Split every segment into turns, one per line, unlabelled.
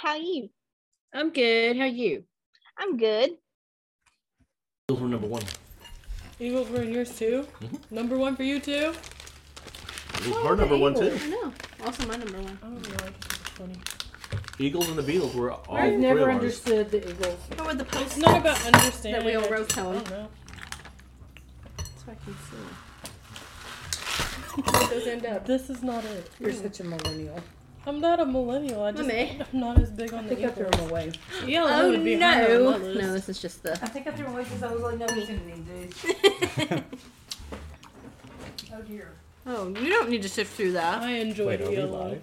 how are you?
I'm good. How are you?
I'm good.
Those were number one.
Eagles were in yours too.
Mm-hmm.
Number one for you too.
It was her number one too.
I know. Also my number one.
Oh lord, it's funny.
Eagles and the Beatles were all
I've
three
never
of ours.
understood the Eagles.
But with the
It's
post
not about understanding.
That we all
I
wrote
just- I
down.
don't know.
so I can see. Where those end up?
This is not it.
You're such a millennial.
I'm not a millennial. I just
Mummy.
I'm not as big on
I
the
think I threw
Eagles.
them away.
Yeah, that
Oh
would be higher on
no!
my list.
No, this is just the.
I think I threw them away because I was like, no, he's gonna need these. Oh dear.
oh, you don't need to sift through that.
I enjoy
Wait, are we
yellow.
live?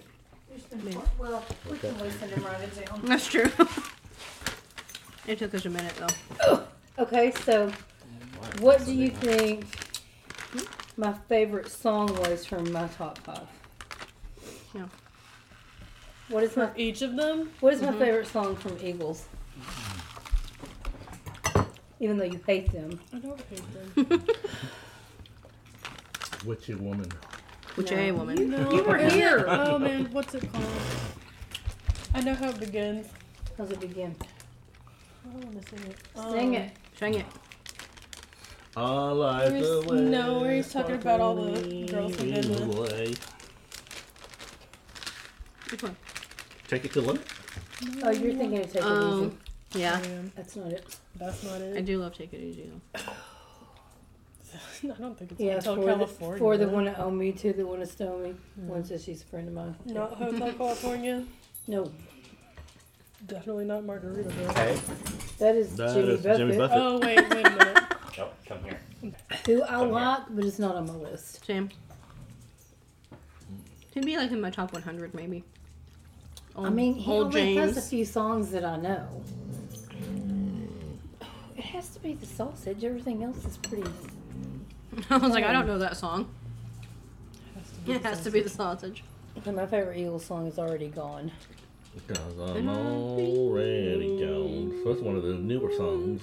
There's been four- well, we can loosen them right
oh,
down.
That's true. it took us a minute though.
Okay, so what do you think my favorite song was from my top five?
No.
What is my
For each of them,
What is my favorite song from Eagles? Even though you hate them,
I don't hate them.
Witchy woman.
Which a woman?
No, you were here. Oh man, what's it called? I know how it begins.
how's it begin?
I don't want to sing it. Um,
Sing it.
Sang it.
All I the
Where's-
way.
no, where he's talking about all the girls from Midland.
Which one?
Take it to limit.
Oh, you're thinking of taking it easy.
Um, yeah.
Oh, Man,
That's not it.
That's not
I
it.
do love Take It Easy though.
I don't think it's
Yeah,
Hotel
for the,
California.
for the one that owe me to the one that stole me. One says she's a friend of mine.
Not Hotel California.
No,
Definitely not Margaritaville.
Okay.
that is
That
Jimmy
is
Buffett,
Jimmy Buffett.
Oh wait, wait a minute.
Oh, come here.
who I
here.
like, but it's not on my list.
Same. He'd be like in my top 100 maybe. Old,
I mean, he
old
only
James.
has a few songs that I know. It has to be the sausage. Everything else is pretty.
I was like, I don't know that song. It has to be the sausage.
Okay, my favorite Eagles song is already gone.
Because I'm already gone. So that's one of the newer songs.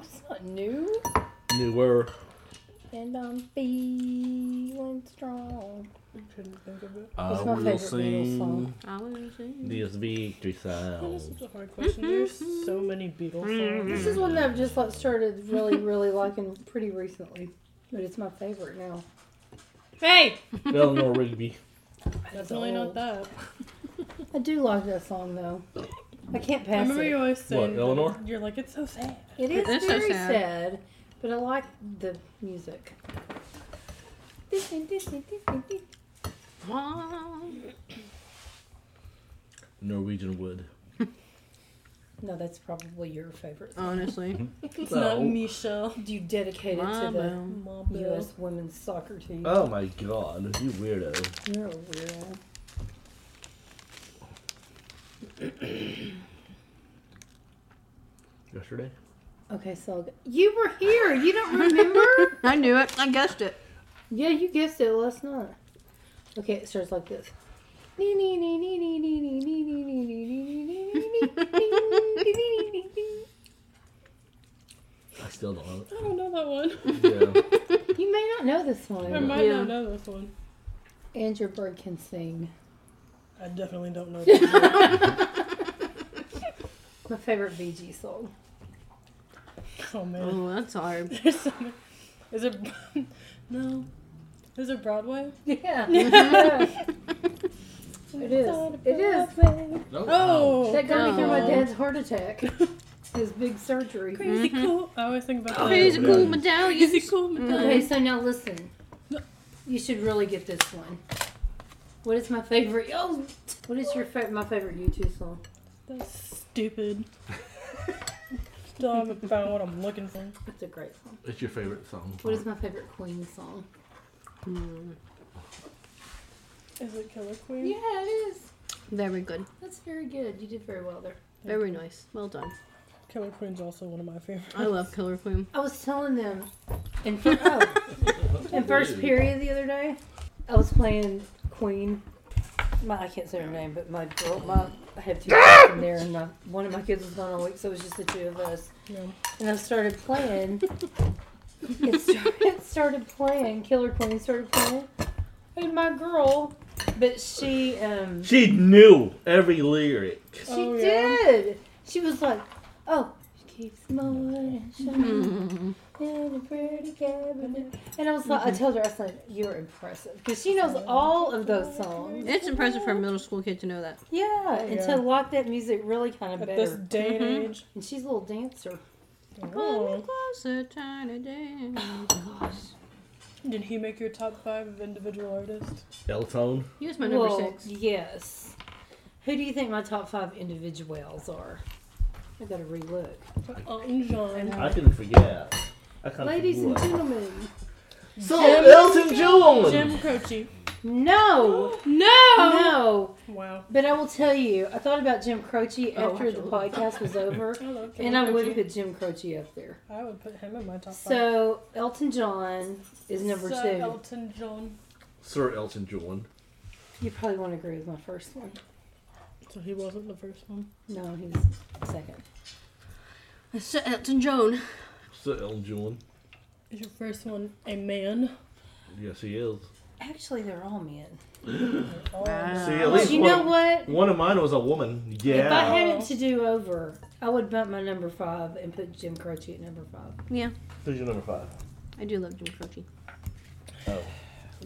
It's not new.
Newer.
And I'm feeling strong.
Couldn't think of it.
I
What's my
will
favorite Beatles
sing
song?
I was in-
this victory
That Oh, is
sound.
such a hard question. There's so many Beatles songs.
Mm-hmm. This is one that I've just like started really, really liking pretty recently. But it's my favorite now.
Hey,
Eleanor Rigby.
that's really not that.
I do like that song though. I can't
I
pass
remember you
it.
always saying that
Eleanor?
You're like it's so sad.
It is
That's so
very
sad.
sad. but I like the music. Disney, Disney, Disney, Disney.
Wow.
Norwegian Wood.
No, that's probably your favorite.
Honestly.
It's
No.
not Misha.
Do you dedicate it to
Mama.
Mom
the
Bill.
U.S. women's soccer team?
Oh my god, you weirdo.
You're a real.
Yesterday?
Okay, so you were here. You don't remember?
I knew it. I guessed it.
Yeah, you guessed it last night. Okay, it starts like this. You
I still don't know
I don't know that one.
it. Yeah.
may not know this
I
one.
might
Yeah.
not know this one.
Andrew Bird can sing.
I definitely don't know. This one.
My favorite VG song.
Oh man.
Oh, that's hard.
There's so many. Is it? No. Is it Broadway?
Yeah. yeah. It is. It is.
Oh.
That got me through my
Oh.
dad's heart attack. His big surgery.
Crazy cool. I always think
Oh.
about that.
Crazy
yeah.
cool medallion.
Crazy cool. Madonna.
Okay, so now listen. You should really get this one. What is my favorite? Oh, what is your fa- my favorite U2 song?
That's stupid. Still haven't found what I'm looking for.
That's a great song.
It's your favorite song.
What is my favorite Queen song?
Hmm.
Is it Killer Queen?
Yeah, it is.
Very good.
That's very good. You did very well there.
Very nice. Well done.
Killer Queen's also one of my favorites.
I love Killer Queen.
I was telling them in, fir- oh, in first period the other day, I was playing Queen. My, I can't say her name, but my girl, my I have two kids in there, and my, one of my kids was gone all week, so it was just the two of us.
Yeah.
and I started playing. it, started, it started playing. Killer Queen started playing. And my girl But she, um, she
She knew every lyric.
Oh, yeah.
did. She was like, oh, she keeps mowing and shining in a pretty cabinet. And I was like, I
Mm-hmm.
told her, I said, you're impressive. Because she knows all of those songs.
It's impressive for a middle school kid to know that.
Yeah, and
Oh, yeah.
to lock that music really kind of
At this
better.
day and age.
And she's a little dancer.
Come
Oh.
closer, tiny dance.
Gosh.
Did he make your top five of individual artists?
Eltone.
He was my number
Well,
six.
Yes. Who do you think my top five individuals are? I gotta relook.
Elton Oh, John.
I can forget. I kind
Ladies and gentlemen.
So Elton John.
Jim Croce.
No!
No!
No!
Wow.
But I will tell you, I thought about Jim Croce
Oh,
after the
absolutely.
podcast was over,
I love Jim
and I would
Croce. Oh,
put Jim Croce up there.
I would put him in my top five.
So Elton John is number
Sir
two.
Elton John.
Sir Elton John.
You probably won't agree with my first one.
So he wasn't the first one.
No, he's second.
Sir Elton John.
Sir Elton John.
Is your first one a man?
Yes, he is.
Actually, they're all men.
Oh,
Wow.
See,
But
at least
you
one,
know what?
one of mine was a woman.
If I
Yeah.
had it to do over, I would bump my number five and put Jim Croce at number five.
Yeah,
Who's your number five?
I do love Jim Croce.
I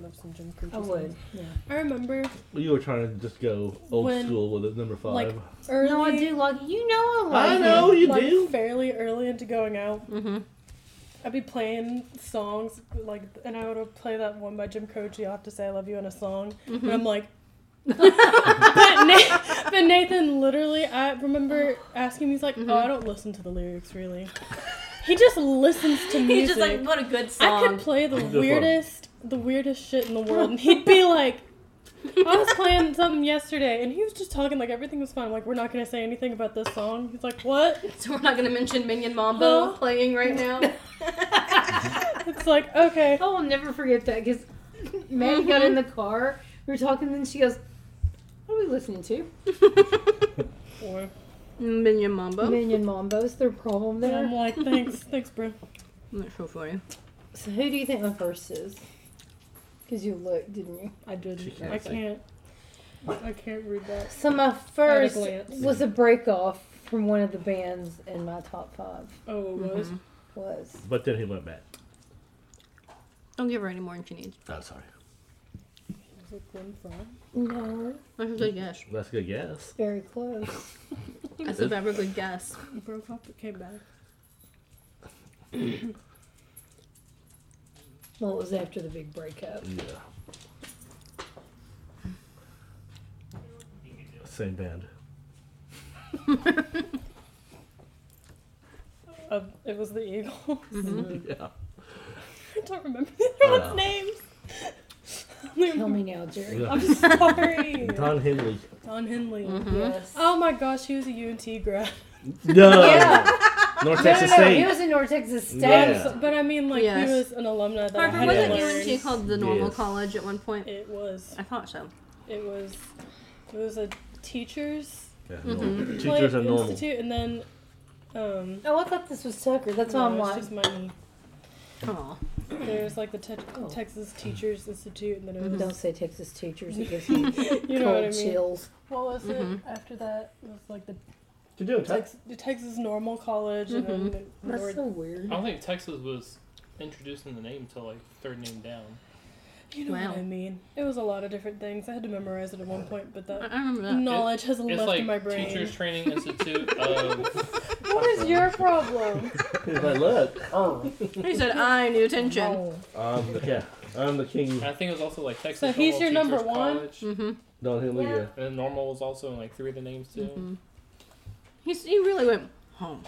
love some Jim Croce.
I would. Yeah.
I remember
Well, you were trying to just go old
When-
school with it, number five.
like early.
No, I do like you know I like
I
him.
know you
like
do.
fairly early into going out.
Mm-hmm.
I'd be playing songs like, and I would play that one by Jim Croce. I have to say I love you in a song,
Mm-hmm.
and I'm like, but, Nathan, but Nathan, literally, I remember asking. him, He's like,
Mm-hmm.
oh, I don't listen to the lyrics really. He just listens to music.
He's just like, what a good
I
song.
could play the
Just one.
weirdest, the weirdest shit in the world, and he'd be like, "I was playing something yesterday, and he was just talking like everything was fine. I'm like, we're not gonna say anything about this song." He's like, "What?"
So we're not gonna mention Minion Mambo
Huh?
playing right now.
It's like, okay,
Oh, I'll never forget that because Maddie got in the car. We were talking, and she goes, "What are we listening to?"
Or-
Minion Mambo.
Minion Mambo's their problem
and I'm
there.
like, "Thanks, thanks, bro."
I'm not sure for you.
So who do you think my first is? Because you looked, didn't you?
I
She
didn't.
can't
I
say.
can't. I can't read that.
So my first
glance.
was a break off from one of the bands in my top five.
Oh, it was.
Was
but then he went back.
Don't give her any more than she needs.
Oh, sorry.
Was it Glenn Frey?
no,
That's a good guess.
That's a good guess.
very close.
That's a very good guess.
Broke up, but came back.
Well, it was after the big breakup.
Yeah. Same band.
Uh, it was the Eagle.
Mm-hmm.
Yeah.
I don't remember the other
Oh.
one's names.
Tell me now, Jerry.
Yeah.
I'm sorry.
Don Henley.
Don Henley.
Yes.
Oh my gosh, he was a UNT grad.
No.
Yeah.
North
No, no,
Texas
no. He
State.
was in North Texas State.
Yeah.
So- But I mean, like,
Yes.
he was an alumni that I
Harvard
had
wasn't
learned.
UNT called the normal
Yes.
college at one point?
It was.
I thought so.
It was. It was a teachers.
Yeah,
Mhm.
normal.
like,
Teachers are normal.
Institute, and then. Um,
Oh, I thought this was Tucker. That's
no,
why I'm
it's
like,
just money.
Oh.
There's like the te-
Oh. Mm-hmm.
Texas Teachers Institute, and then it was.
don't say Texas teachers. It gives me
You know
cold
what I mean?
chills.
What was
Mhm.
it
Mm-hmm.
after that? It was like the,
To do
Tex- the Texas Normal College, and then the
Mm-hmm. That's
North-
so
I
weird.
don't think Texas was introducing the name till like third name down.
You know
Wow.
what I mean? It was a lot of different things. I had to memorize it at one point, but
I,
that
I remember that.
knowledge has
It's
left
like
my brain.
Teachers Training Institute of
What is your problem?
He's like, look,
He said, I need attention.
Oh.
I'm the yeah, I'm the king.
I think it was also like Texas.
So he's
Normal
your number
Teachers
one?
College,
Mm-hmm.
Don Henley. Yeah.
And then normal was also in like three of the names too.
Mm-hmm.
He's, he really went home.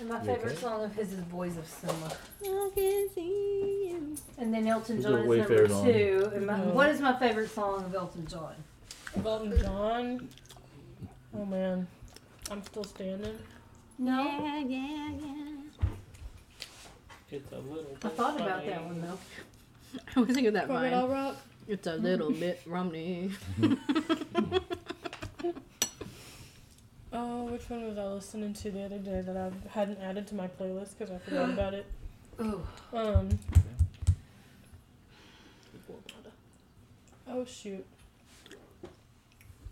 And my
You favorite okay?
song of his is Boys of Summer.
I can see you.
And then Elton
Those
John
are
is
way
number
favorite on-
two. And my,
No.
What is my favorite song of Elton John?
Elton John. Oh man, I'm still standing.
No.
Yeah, yeah, yeah.
It's a little.
I
bit
thought about
funny.
that one though.
I was thinking of that
Crocodile
line.
Rock.
It's a little bit Romney.
Oh, which one was I listening to the other day that I hadn't added to my playlist Um, because I forgot about it?
Ooh.
Um, Oh shoot.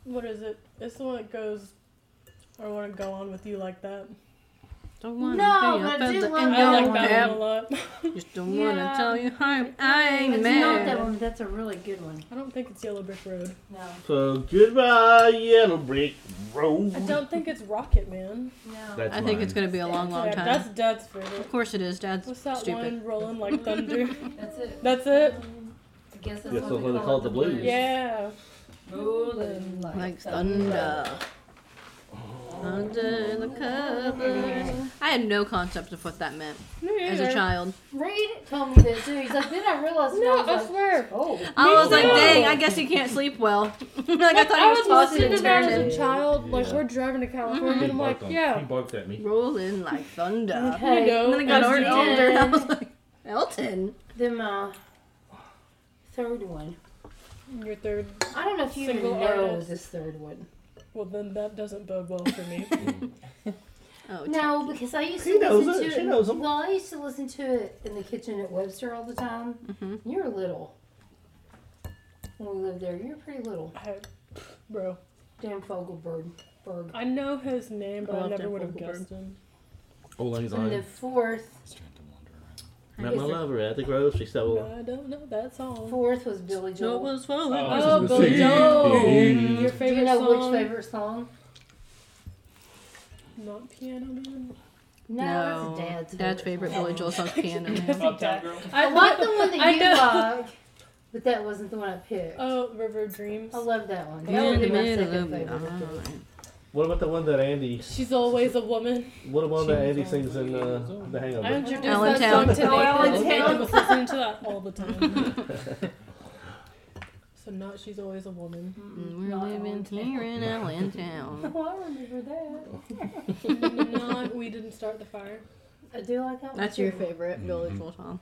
What is it? It's the one that goes. I want to go on with you like that.
Don't wanna
No,
be
but
up
I
at
do
the
wanna-
end
I
No,
like
of
that
the
one a
app.
lot.
Just don't wanna
Yeah.
tell you I'm I ain't
It's not
mad.
that one. but That's a really good one.
I don't think it's Yellow Brick Road.
No,
So goodbye, yellow brick
I
road.
don't think it's Rocket Man.
no.
That's
I think it's
mine.
gonna Mm. be a long, long
yeah,
time.
That's Dad's favorite.
Of course it is. Dad's
What's that
stupid.
one rolling like thunder?
That's it.
That's it.
I guess that's
Yes,
what
that's
we
why they
call,
call it
it
the blues.
Yeah.
Rolling like,
Like thunder. Under the covers. I had no concept of what that meant as a child.
Reed told me that too. He's like, then I realized. and
No,
I, was
I
like,
swear.
Oh,
I was like,
too.
dang, I guess you can't sleep well. like I thought
I
he was
was
tossing
listening
and
to that as
turning.
a child. Like
Yeah. Mm-hmm.
we're driving to California,
He
and I'm like,
barked on- He
yeah.
barked at me.
Rolling like thunder.
okay.
know,
And then I got
as you
older and I
did.
was like, Elton.
Then my third one.
Your third.
I don't know if you
Single
even know
artist.
this third one.
Well, then that doesn't bode well for me.
Oh,
No, because I used
She
to
knows
listen
it.
to
She
it.
knows 'em.
Well, I used to listen to it in the kitchen at Webster all the time.
Mhm.
You were little when we lived there. You were pretty little.
I, bro,
Dan Fogelberg. Berg.
I know his name, but
I
I,
love
never
Dan
would have
Fogelberg.
guessed him.
Old Lang
And
Syne.
the fourth,
Met my lover at the grocery store.
No, I don't know that song.
fourth was Billy Joel.
was
Oh.
Oh, Billy Joel. Your
Do
favorite
you know
song?
which favorite song?
Not Piano Man.
No,
No,
that's Dad's.
Dad's favorite Billy Joel song's Piano Man.
Uptown Girl.
I like the one
I
that you
know.
like, but that wasn't the one I picked.
Oh, River Dreams.
I love that one. That
In
would
the
be my
middle
second
of
favorite.
the
I think.
night.
What about the one that Andy?
She's always a woman.
What about that Andy sings in uh, the
I
Hangover?
introduced
Ellen
that
Town.
song to
Oh, Ellen
Nathan.
Town.
Nathan was listening to that all the time. so not she's always a woman.
And Mm, We're
Not
living
Allentown.
here in Allentown.
Oh, I remember that.
not we didn't start the fire.
I do like that one.
That's your
too.
favorite Billy Joel song.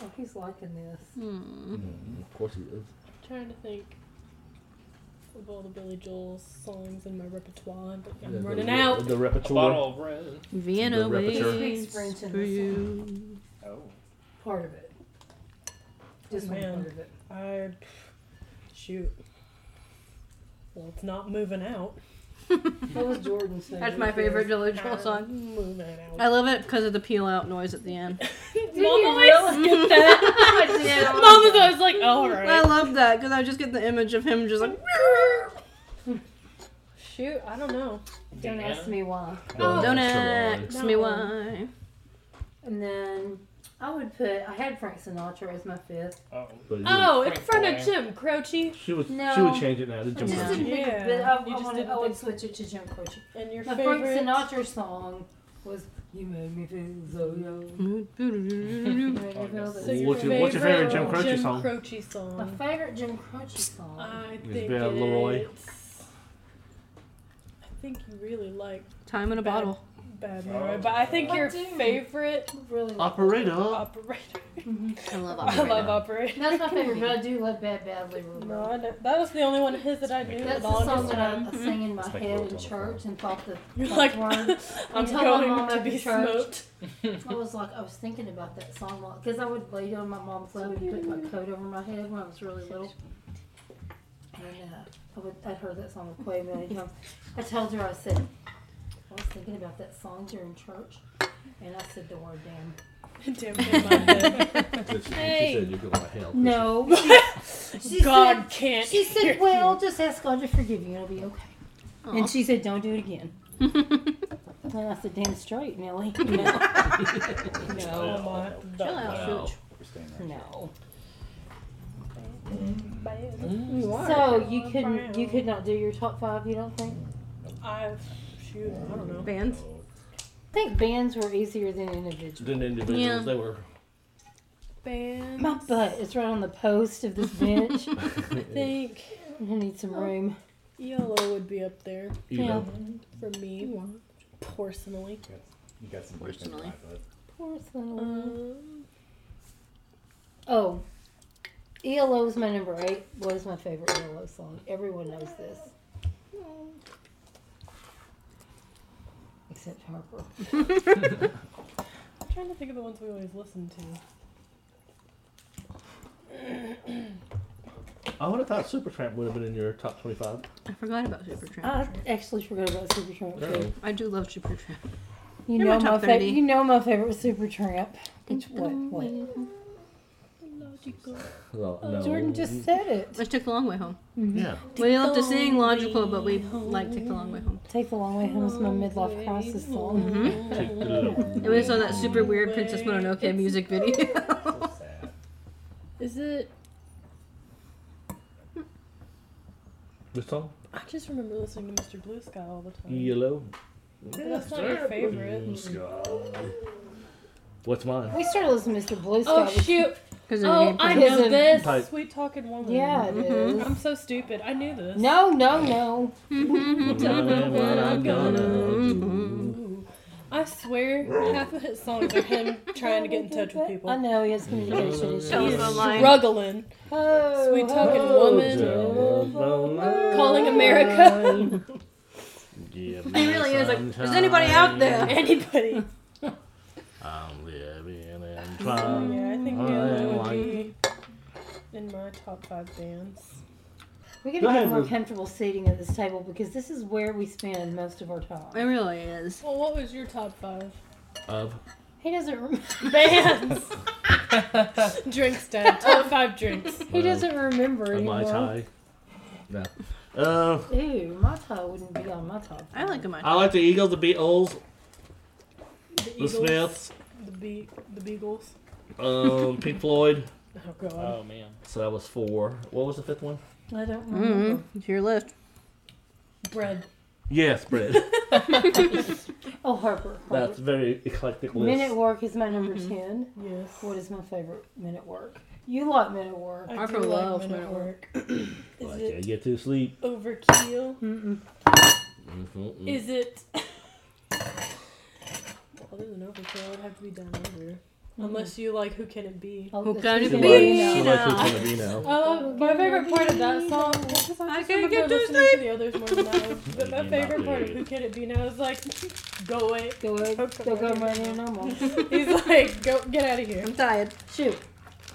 Oh, he's liking this.
Hmm.
Mm, Of course he is.
I'm trying to think of all the Billy Joel songs in my repertoire, but I'm
The- the-
running out.
The
A
repertoire.
bottle of red.
Vienna
The repertoire.
waits
Speaks French in
for
this
you.
Oh.
Part of it. Just
Oh,
one
man.
part of it.
I shoot. Well, it's not moving out.
What was Jordan's favorite?
That's my favorite Billy Joel
Not
song.
Moving out.
I love it because of the peel out noise at the end.
Mom always skipped that. Mom was always like, "All
I
right."
love that because I just get the image of him just like.
Oh. Shoot, I don't know.
Don't ask me why.
Oh,
Don't
Don't
ask
ask me why.
And then I would put. I had Frank Sinatra as my fifth.
Oh.
But you-
Oh, in
Frank
front of
Boy.
Jim Croce.
She would. She
No.
would change it now to
I just
Yeah.
Jim.
didn't think
Yeah.
but I,
You
I,
just
wanted,
didn't
I would
think-
switch it to Jim Croce.
And your
My Frank
favorite.
Sinatra song was "You Made Me Feel So Young." You made me feel
So
so
your
young.
What's your- what's your favorite Jim Croce
Jim
song?
Croce
My
song.
favorite Jim Croce song.
I
Is
think
Bad Leroy.
it's- I think you really like
Time in a bottle.
Bad Leroy, but I think
I
your
do.
favorite
really. like
Operator.
operator.
I love
I
operator.
love operator.
That's my favorite, but I do love Bad Bad Leroy.
No, I don't- that was the only one of his that I knew.
That's
the
the song
longest
that I,
time.
I sang in my
It's like
head
Lords
in
on the
church and thought the
You're
thought
like,
word.
I'm
told my mom
going to
at the
be
church.
smoked.
I was like, I was thinking about that song because I would lay on my mom's lap and put my coat over my head when I was really little. And uh, I would, I'd heard that song quite a million times. I told her, I said, I was thinking about that song during church, and I said the word damn.
Damn, damn, damn.
She, she
Hey.
said you could like help.
No, she
God
Said,
can't.
she
hear
said,
you.
"Well, just ask God to forgive you; it'll be okay."
Aw.
And she said, "Don't do it again." and I said, "Damn straight, Millie." No,
Oh
no,
my
Chill out,
Wow.
Suge.
no.
You are.
So you couldn't you could not do your top five, you don't think?
I shoot, I don't know.
Bands.
I think bands were easier than individuals.
Then individuals
Yeah.
they were.
Band.
My butt is right on the post of this bench.
I think
I need some room.
yellow would be up there
You
Yeah.
know,
for me personally.
You got some
Personally.
Porcelain.
Um,
Oh. ELO is my number eight. What is my favorite ELO song? Everyone knows this. Except Harper.
I'm trying to think of the ones we always listen to.
I would have thought Supertramp would have been in your top 25.
I forgot about Supertramp.
I actually forgot about Supertramp.
Uh-oh.
too.
Uh,
I do love Supertramp.
You
You're my
know my,
top
favorite.
30.
You know my favorite was Supertramp. It's what? What?
Well, no.
Jordan just said it. Mm-hmm.
Let's take the long way home.
Yeah.
We love to sing logical, but we like take the long way home.
Take the long way home is my midlife crisis song.
Mm-hmm.
Take the little-
And we saw that super weird Princess Mononoke music video.
Is it?
This song?
I just remember listening to Mr. Blue Sky all the time.
Yellow.
But that's not your favorite.
What's mine?
We started listening to Mr. Blue Sky.
Oh
which-
shoot!
Because
Oh, I know
Prison.
this. Mm-hmm.
Type.
Sweet talking woman.
Yeah, it
Mhm.
is.
I'm so stupid. I knew this.
No, no, no.
Tell me what I'm gonna do.
Ooh. I swear, half of his songs are him trying to get in touch with
I
people.
know he has communication
Tell us
issues.
He's
a line.
struggling.
Oh,
Sweet talking woman. Calling
America. he
He really is like, is anybody out there?
Anybody.
I'm living in
So,
time.
yeah, I think
I
Yellow would
like-
be in my top five bands.
We
Go
gotta get
ahead,
more
Ruth.
comfortable seating at this table because this is where we spend most of our
It
time.
really is.
Well, what was your top five?
Of.
He doesn't. Rem-
Bands! drinks, Dad. Top five drinks.
he doesn't remember
Of
anymore.
my tie. No. Uh,
Ew, my tie wouldn't be on my top.
I like him.
I like the Eagles, the Beatles,
The
the
Eagles.
Smiths,
The, be- the Beagles.
um, Pink Floyd.
Oh, God.
Oh man.
So that was four. What was the fifth one?
I don't remember.
Mm-hmm. It's your list.
Bread.
Yes, bread.
Oh, Harper. Harper.
That's very eclectic list.
Men at Work is my number
Mhm.
10.
Yes.
What is my favorite Men at Work? You like Men at Work.
I
Harper
do like
loves
Men at
Men at
Work. is
Like, yeah,
it
get to sleep.
overkill?
Mm-mm.
Mm-hmm.
Is it? well, there's an overkill. It'd have to be down under. Unless you like, who can it be?
Oh,
Who
that's
can
me.
it
She
be?
likes, she
Now.
likes who's gonna be now.
Uh, my favorite part of that song. Because I,
I can't
just remember
get to
listening to the others more than that one. But my
You're
favorite
not
part of
good.
Who Can It Be Now is like, go away.
Go ahead.
Okay.
Go go right in normal.
He's like, go get out of here.
I'm tired.
Shoot.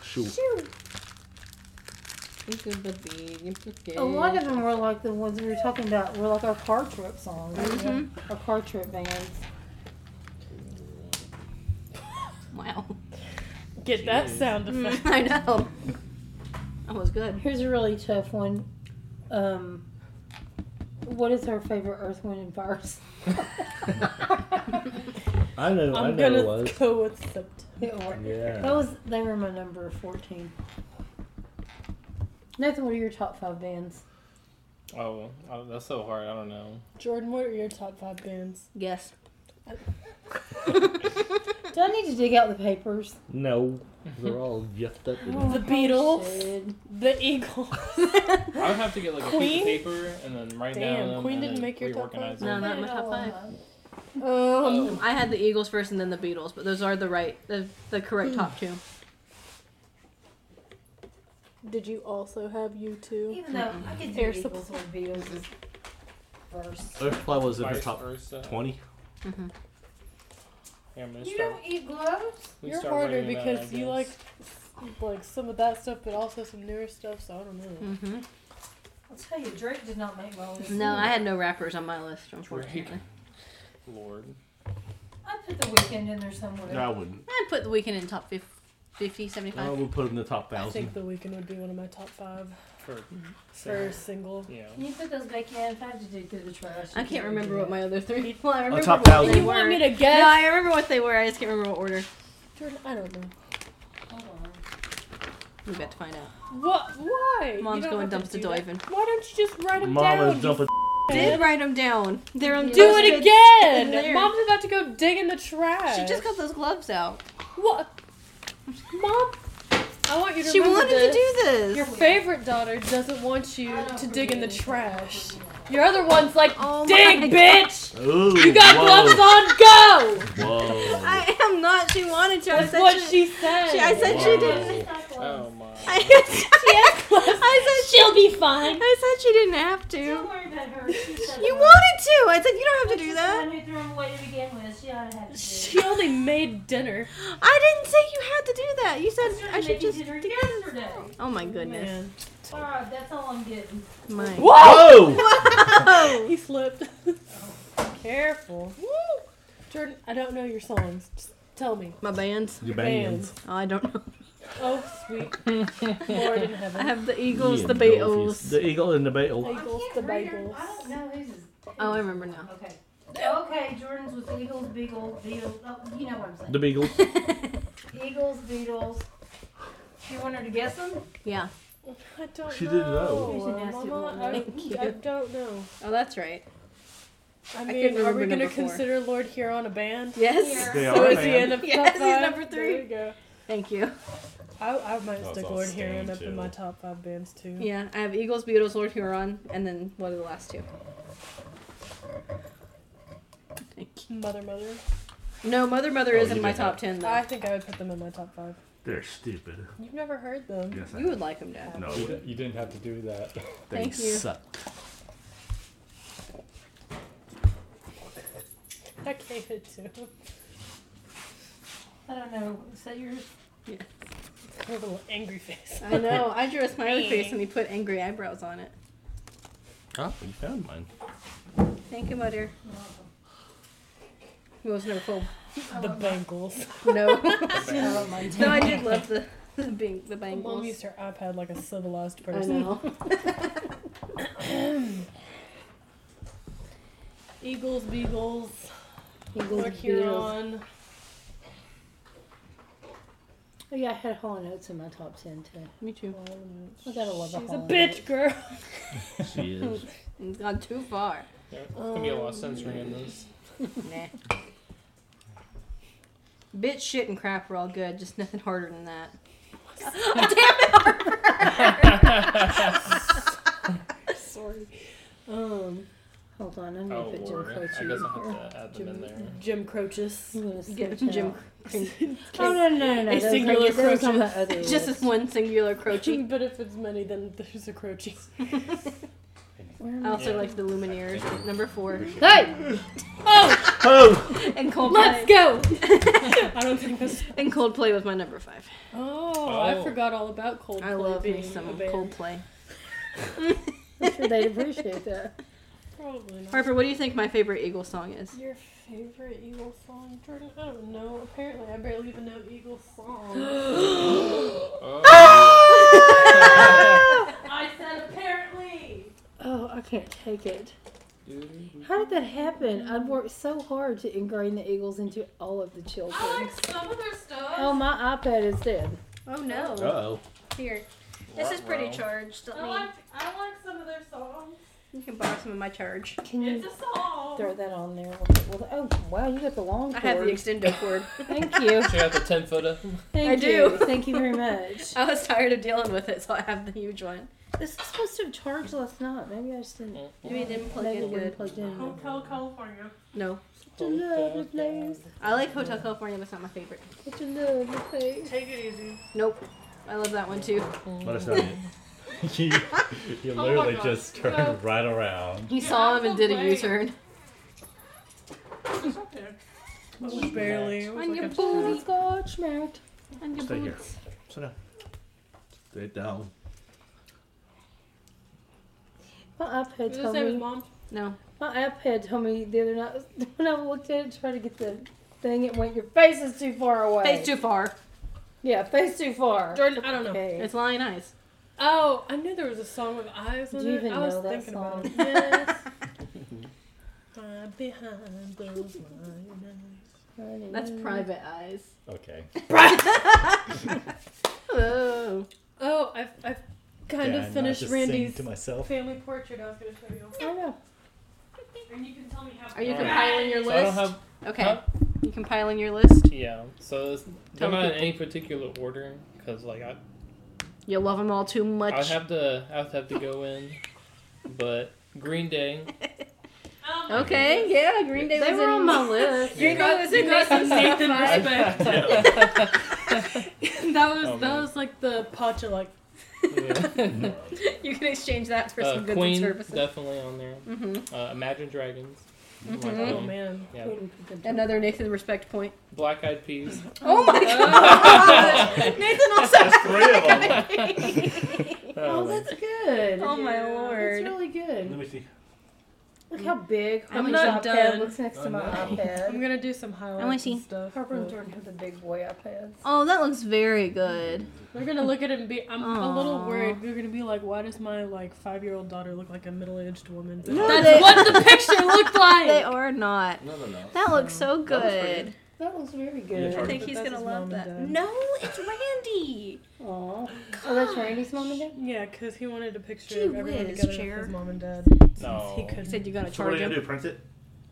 Shoot.
A lot of them were like the ones we were talking about. Were like our car trip songs. Our car trip bands.
Wow.
Get that sound effect.
I know. That was good.
Here's a really tough one. Um, what is her favorite Earth, Wind, and Fire? song?
I know. i know
I'm
it
gonna
was.
go with September.
It worked. That
Yeah.
was they were my number fourteen. Nathan, what are your top five bands?
Oh, oh, that's so hard. I don't know.
Jordan, what are your top five bands?
Yes.
Do I need to dig out the papers?
No, they're all yucked up. in
Oh.
The Beatles,
Should.
the Eagles.
I would have to get like a piece
Queen?
of paper and then write
Damn,
down. them
Queen
and
didn't
then
make your top
reorganize
five.
No, not
them.
my top five.
Um,
I had the Eagles first and then the Beatles, but those are the right, the, the correct top two.
did you also have you two?
Even though I could
Air
do Eagles or Beatles is first.
Earthfly was in her
Vice
top
versa.
20.
Yeah, I'm gonna
You
start-
don't eat gloves?
we
You're
start
harder
writing them out,
because
I
you like
guess.
like some of that stuff, but also some newer stuff. So I don't know.
Mm-hmm.
I'll tell you, Drake did not make my list.
No, I had no rappers on my list, unfortunately.
Lord.
I put the weekend in there somewhere.
No, I wouldn't.
I'd put The Weeknd in top 50, 50 75.
I would put it in the top
I
1,000.
think The Weeknd would be one of my top five
For
for single.
yeah.
You put those back in. If I had to dig through the trash.
I can't remember what my other three. Well, I remember
Oh, top
what
thousand.
they
You
were.
want me to
No,
guess?
I remember what they were. I just can't remember what order.
Jordan, I don't know.
Hold on.
We've got to find out.
What? Why? You
Mom's
don't
going
have to
dumpster
do that.
diving.
Why don't you just write them down?
Mama's
you
jumping.
Did write them down. They're on
Do
those
it
good-
again.
there.
Mom's about to go dig in the trash.
She just got those gloves out.
what? Mom, I want you to
She
remember
wanted to
this.
do this.
Your favorite daughter doesn't want you to dig in the trash. Your other one's like,
Oh my
dig, bitch.
Ooh,
You got gloves on. Go.
Whoa.
I am not. She wanted to. I
That's
said
what
she,
she said.
she- I said she didn't.
Mm-hmm.
Oh my.
I, I said
She'll be fine.
I said she didn't have to.
worry about her.
her. She said
You
that.
wanted to. I said you don't have to do that.
She's the one who threw him away to begin with. She ought to have to do it.
She only made dinner.
I didn't say you had to do that. You said
started
I should
making
just.
dinner
do it.
yesterday.
Oh my goodness.
Man,
All right, that's all I'm getting.
My.
Whoa!
he slipped. Careful. Jordan, I don't know your songs. Just tell me.
My bands.
Your
Bands.
bands.
Oh, I don't know.
Oh, sweet Lord in
I
heaven.
have the Eagles,
Yeah,
the
Beatles.
Beatles.
The Eagle and the Beatles.
Bagels
I
to
can't read her.
bagels.
I don't know whose is.
Oh, I remember now.
Okay. Okay, Jordan's was Eagles, Beagles, Beatles. Oh, you know what I'm saying.
The Beagles.
Eagles, Beatles. You want her to guess them?
Yeah.
I don't
She
know.
didn't know.
She's a nasty
Mama,
woman. Thank
I, I
you.
don't know.
Oh, that's right.
I
couldn't
mean, are
remember
we going to
number four.
consider Lord Huron a band?
Yes.
They
So
are a
it's the
band.
end of
Yes,
top
he's
five.
number three. Mm-hmm.
There you go.
Thank you.
I, I might
That's
stick
all
Lord
Sting,
Huron up in my
too.
top five bands too.
Yeah, I have Eagles, Beatles, Lord Huron, and then what are the last two? Thank
Mother, mother.
you. No, Mother Mother
Oh,
is in
you
my
did
top
that.
ten though.
I think I would put them in my top five.
They're stupid.
You've never heard them.
Yes, I
you would like them, Dad.
No,
You, di- you didn't have to do that.
they
Thank you.
suck.
I gave it to
I don't know. Is that yours?
her little angry face.
I know. I drew a smiley face and he put angry eyebrows on it.
Oh, you found mine.
Thank you, Mother. It was never full.
The Bengals.
No. no, I did love the the, bing, the
Mom
bangles.
used her iPad like a civilized
I
person.
know.
Eagles, Beagles,
Eagles,
Lord
Beatles.
Huron.
Oh, yeah, I had Hall and Oates in my top ten too.
Me too.
I gotta love
She's a
Hall and
bitch girl.
She is.
It's gone too far.
Yeah, it's gonna be a lot of censoring in
Um,
this.
nah. Bitch, shit, and crap were all good. Just nothing harder than that.
Sorry.
Um, hold on, I'm gonna
Oh
put Jim
Lord,
Croce
I guess I
in here.
have to add them in there.
Jim Croce.
I'm gonna
Get
switch
Jim.
out. Oh no no no no!
A
those are-
singular
those are some of
Croce.
the other
Just
ones.
this one singular croaching.
But if it's many, then there's a Croce.
Where am
I
I?
also like the Lumineers, number four,
Hey!
Oh!
and Coldplay.
Let's go!
I don't think that's.
And Coldplay was my number five.
Oh, I
Oh.
forgot all about Coldplay.
I love me
being
some
a band.
Coldplay.
I'm sure they'd appreciate that.
Probably not.
Harper, what do you think my favorite Eagle song is?
Your favorite Eagle song, Jordan? I don't know. Apparently, I barely even know Eagle songs.
I said apparently.
Oh, I can't take it. How did that happen? I worked so hard to ingrain the Eagles into all of the children.
I like some of their stuff.
Oh, my iPad is dead.
Oh no!
Uh-oh.
Here, this is pretty charged. Let
I
me.
like I like some of their songs.
You can borrow some of my charge.
Can
It's
you
a song.
throw that on there? We'll put- we'll- Oh, wow, you got the long
I
cord.
have the extendo cord.
Thank you.
Check out the ten footer.
Thank
I
you.
do. Uh,
Thank you very much.
I was tired of dealing with it, so I have the huge one.
This is supposed to have charged last night. Maybe I just didn't.
Maybe it didn't plug in
Maybe it wasn't
good.
plugged in.
Hotel California.
No,
Such a lovely place.
I like Hotel California, but it's not my favorite.
Such a lovely place.
Take it easy.
Nope, I love that one too.
Let us know. you, you
my
literally
God.
just turned
No.
right around.
He saw him and did a U-turn.
It's up there.
barely. It was
On
like
your
a-
booty,
Scotch mouth.
on your
Stay here.
boots.
Sit down. Stay down.
My iPad
Is it the
told
same as
me.
mom's?
No,
My iPad told me the other night when I looked at it, trying to get the thing, it went, Your face is too far away.
face too far.
Yeah, face too far.
Jordan, I don't know.
Okay.
It's lying eyes.
Oh, I knew there was a song with eyes
Do
on
you
it.
even
I was
know that
thinking about it.
song?
Yes. Hide behind those lines.
That's private eyes.
Okay.
Oh,
Oh, I've, I've kind
Yeah,
of
now I
finished
just sing
Randy's
to myself.
family portrait I was going to show you.
I know.
And you can tell me how.
are you
Alright.
compiling your
So I don't
list?
have.
Okay,
Huh?
you compiling your list.
Yeah. So it's,
Tell
they're not in
people.
any particular order because like I,
You love them all too much.
I would have to, I would have to go in, but Green Day.
Um,
Okay, yeah, Green Day
They
was
were
in-
on my list.
Green Day was in my
some
top
Nathan
five.
respect.
Yeah.
that was
Oh,
that
man.
was like the pacha like
Yeah.
You can exchange that for
Uh,
some goods
Queen,
and services.
definitely on there.
mm-hmm.
Uh, Imagine Dragons. Like
Mhm.
Oh
Mm.
Queen.
man.
Yeah.
Another Nathan respect point.
Black Eyed Peas.
Oh my god! Nathan also.
That's three of them.
Oh,
Uh,
that's good.
Oh my lord.
That's really good.
Let me see.
Look how big
I'm
Harper's
not
iPad
done.
looks next
I
to my
know.
I'm
iPad.
gonna do some highlights
wanna see.
and stuff.
Harper and
but
Jordan have the big boy iPads.
Oh, that looks very good.
They're gonna look at it and be. I'm a little
Aw.
worried. They're gonna be like, why does my like five year old daughter look like a middle aged woman?
No,
That's
they-
what the picture looked like.
They are not.
No, no, no.
That looks
That
so
was pretty
good.
That looks very
Yeah,
good.
it's
Oh. I
hard
think
But
he's
that's
gonna
his
love
mom and
that.
dad.
No, it's Randy.
Aw. Oh, that's Randy's mom and dad?
Yeah, because he wanted a picture
Gee
of everyone
whiz,
together
Cher.
with his mom and dad.
No.
He couldn't.
said you're gonna
So what are
charge
you
him.
gonna do? Print it?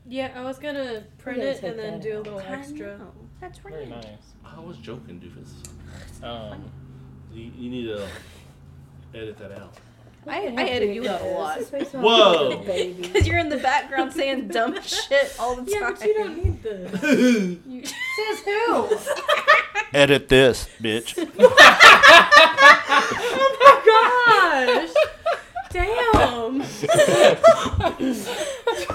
yeah, I was gonna print
gotta
it
take
and then
that
do a
out.
little extra.
Oh, That's
Very nice.
I was joking, doofus.
Um,
You, you need to edit that out.
I, I edit you out a lot.
Whoa.
Because you're in the background saying dumb shit all the time.
Yeah, but you don't need this.
You-
Says who?
edit this, bitch.
Oh Gosh! Damn!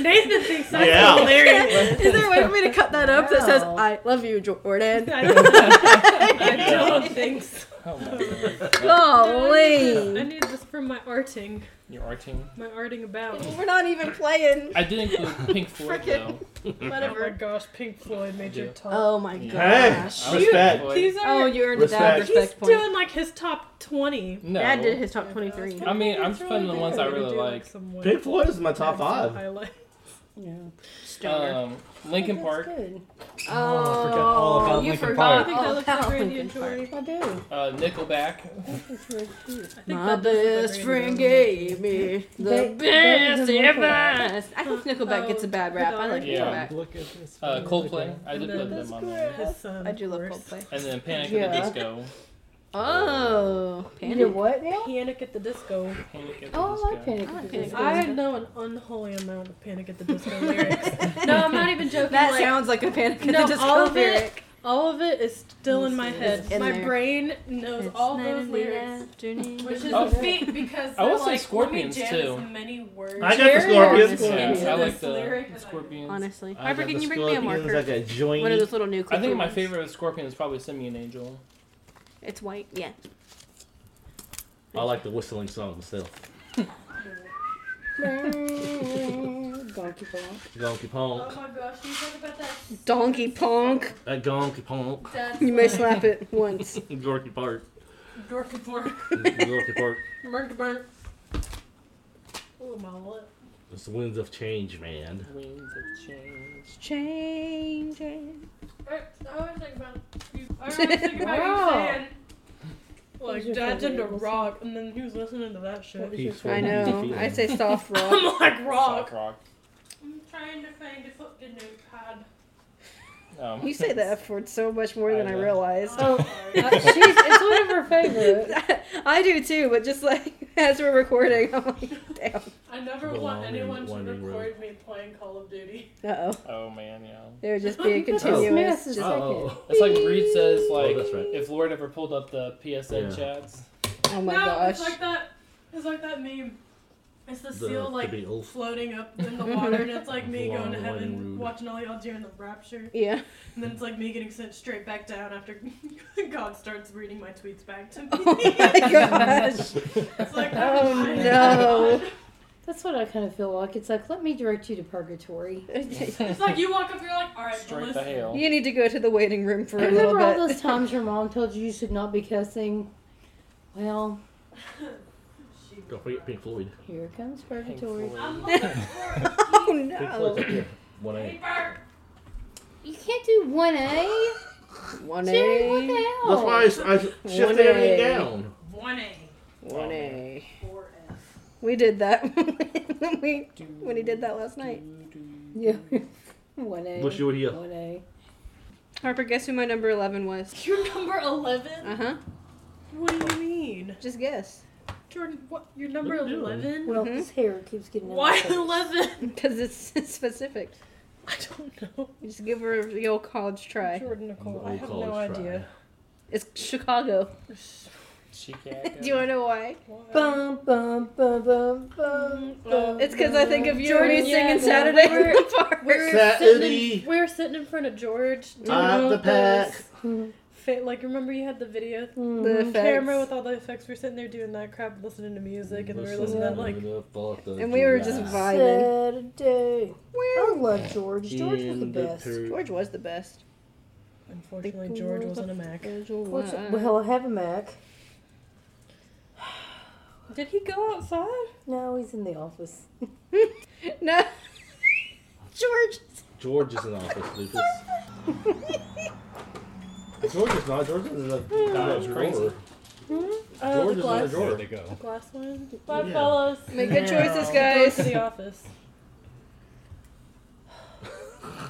Nathan thinks that's
Yeah.
hilarious.
Is there a way for me to cut that up that says,
Wow.
I love you, Jordan?
I don't, I don't think so.
oh my God.
I
Golly.
need this for my arting.
Your art team.
My arting about.
We're not even playing.
I did include Pink Floyd though.
Frickin'
Oh my
Whatever.
gosh, Pink Floyd made your
Yeah.
top.
Oh my
Hey,
gosh.
I
What's
like
that?
Pink Floyd.
These
Oh,
are.
you earned a
What's
dad
that?
he's
respect point.
doing like his top 20.
No.
Dad did his top 23.
I mean, I'm just putting the ones I really like.
Pink Floyd is my top
five.
five.
Yeah.
Stoner.
Um, Lincoln Park.
Good.
oh,
Uh, I forgot all about
you
Linkin
I
forgot.
think that
all
looks
about
like Randy and
Linkin Park.
Joy.
I do.
Uh, Nickelback.
That's really cute.
I think
My
that does look like
best
Randy
friend
Joy.
gave me the
They-
best
they-
ever. I think Nickelback
Oh,
gets a bad rap. I like
yeah.
Nickelback.
Look at this.
Uh, Coldplay. I did
No.
put them on there.
His son,
I do love
of course.
Coldplay.
And then Panic at
Yeah.
the Disco.
Oh,
You
Panic.
did what now?
Panic at the Disco.
Panic at the
Oh, I like
Disco.
Panic
I
at
like
the
Panic
Disco.
at the
I know an unholy amount of Panic at the Disco lyrics. No, I'm not even joking.
That
like,
sounds like a Panic at
No,
the Disco
all of it-
lyric.
all of it is still in my head.
It's in
my
there.
brain knows all those lyrics. Which is
Oh.
a feat because
I will
they're
say
like,
Scorpions,
let me jam
too.
as many words.
I got the
Scorpions.
Scorpions.
Yeah, I
This
like the
lyric is like-
Scorpions.
Honestly.
I
Harper,
got
can
the
you bring me a
Scorpions,
marker?
I got Join.
One of those little new
I think my
ones.
favorite of Scorpion is probably Send Me an Angel.
It's white, yeah.
I like the whistling song myself.
Donkey Kong.
Gonky
Oh
Ponk.
my gosh, you talk about that.
Donkey Punk.
That Gonky Ponk.
That's
You may slap it once.
Gorky Park.
dorky pork.
Gorky Park.
Burnt, burnt. Oh my lip.
It's the winds of change, man.
Wings of Change.
Changing.
I I always think about you. I always think about
Wow.
you saying.
What was
Like
your
dad's
favorite
into
Beatles
rock, and then he was listening to that
What
shit.
was your
Peaceful.
I
favorite?
know. I say soft rock.
I'm like
Soft
rock.
rock.
I'm trying to find a fucking notepad.
Um,
You say the F word so much more than I
I know.
realized.
Oh,
Uh, she's, it's one of her favorites.
I do too, but just like as we're recording, I'm like, damn.
I never
Belong
want
in
anyone to
winding
record me playing Call of Duty.
Uh oh.
Oh man, yeah.
There would just
Oh,
be a continuous.
Smith's is
just-
Oh.
It's like Reed says,
Oh,
like
that's right.
if Lord ever pulled up the PSN
Yeah.
chats.
oh my
no,
gosh.
it's like that. It's like that meme. It's the,
The-
seal
the
like
Beatles.
floating up in the water, and it's like me
Long
going to heaven,
winding road.
watching all y'all during the rapture,
yeah.
and then it's like me getting sent straight back down after God starts reading my tweets back to me.
Oh my gosh.
it's like
Oh,
my
no.
God.
That's what I kind of feel like. It's like, let me direct you to purgatory.
It's like you walk up, you're like, all right,
Straight to
Melissa,
hell.
you need to go to the waiting room for a little
Remember all
bit.
those times your mom told you you should not be cussing? Well,
She-
Don't forget Pink Floyd.
here comes
Pink
purgatory.
Floyd.
I'm looking for
Oh
Pink Floyd's
no.
up here. One A.
paper.
You can't do 1A.
One
Jerry, what the
A.
hell?
That's why I, s- I
One
shifted
A.
everything down.
One A,
One A.
four F.
We did that when we when he did that last night.
Yeah. 1A.
What's your deal?
1A.
Harper, guess who my number eleven was?
You're number eleven.
Uh huh.
What do you mean?
Just guess.
Jordan, what? You're number
What are you doing?
eleven.
Well,
Mhm.
his hair keeps getting out
Why
of focus.
eleven?
Because it's, it's specific.
I don't know.
You just give her the old college try.
Jordan Nicole, I
Old
have no
college try.
idea.
It's Chicago.
She can't.
Do you want to know why?
Bum, bum, bum, bum, bum, bum.
It's because I think of you
Jordan,
when you
yeah,
singing
no,
Saturday
we
in
were-
the park.
We were,
Saturday.
sitting in, we were sitting in front of George doing
Out
all
the
those
pack.
fa- like remember you had the video
The
Mm,
effects.
camera with all the effects. We were sitting there doing that crap, listening to music, and we were listening to like
and we were just vibing.
Saturday. I love George. George was the
In the
best.
poo.
George was the best.
Unfortunately, George wasn't a Mac.
What's- Well, I have a Mac.
Did he go outside?
No, he's in the office.
no. George.
George is in the office, Lucas. George is not. George is a
That's crazy.
Uh,
George
the
is in the
glass,
drawer.
go.
glass one. Bye,
Yeah.
fellas.
Make good choices,
Go to
guys.
the office.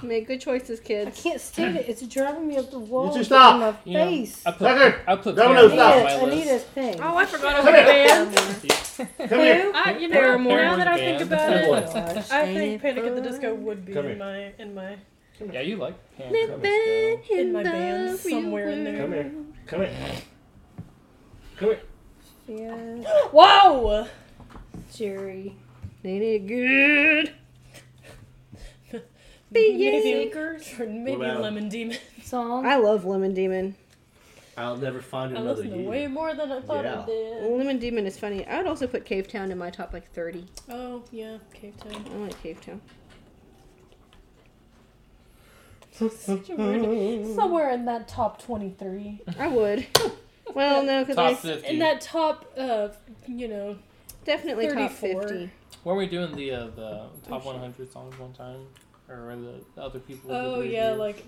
Make good choices,
I
kids.
can't stand it. It's driving me up the wall.
two
It's
stop.
in My
You know,
face.
I put,
Tucker!
I put
Domino's
Paramore
I,
stop.
need
on
a,
my
I need a
list.
thing.
Oh, I forgot
Come
about
here.
bands.
Come here.
I, you know,
Paramore
now that I
band.
think about
Good
it,
boy.
Gosh.
I think Panic at the Disco would be
Come
in
here.
my in my
Yeah, you like Pan.
Living
in my
the
band
real
somewhere in there.
Come here. Come here. Come here.
Yeah,
Whoa!
Jerry.
Ain't it good?
Maybe, maybe
Wow.
Lemon Demon.
Song.
I love Lemon Demon.
I'll never find
I
another
listened to way
you.
more than I thought I
Yeah.
did.
Lemon Demon is funny. I would also put Cave Town in my top like 30.
Oh yeah, Cave Town.
I like Cave Town.
Such a weird- Somewhere in that top twenty-three,
I would. Well, no, because I
Top 50.
in that top, uh, you know,
definitely top
34.
50.
Weren't we doing the uh, the top 100 songs one time? Or the other people? did
oh
the
yeah,
reviews?
like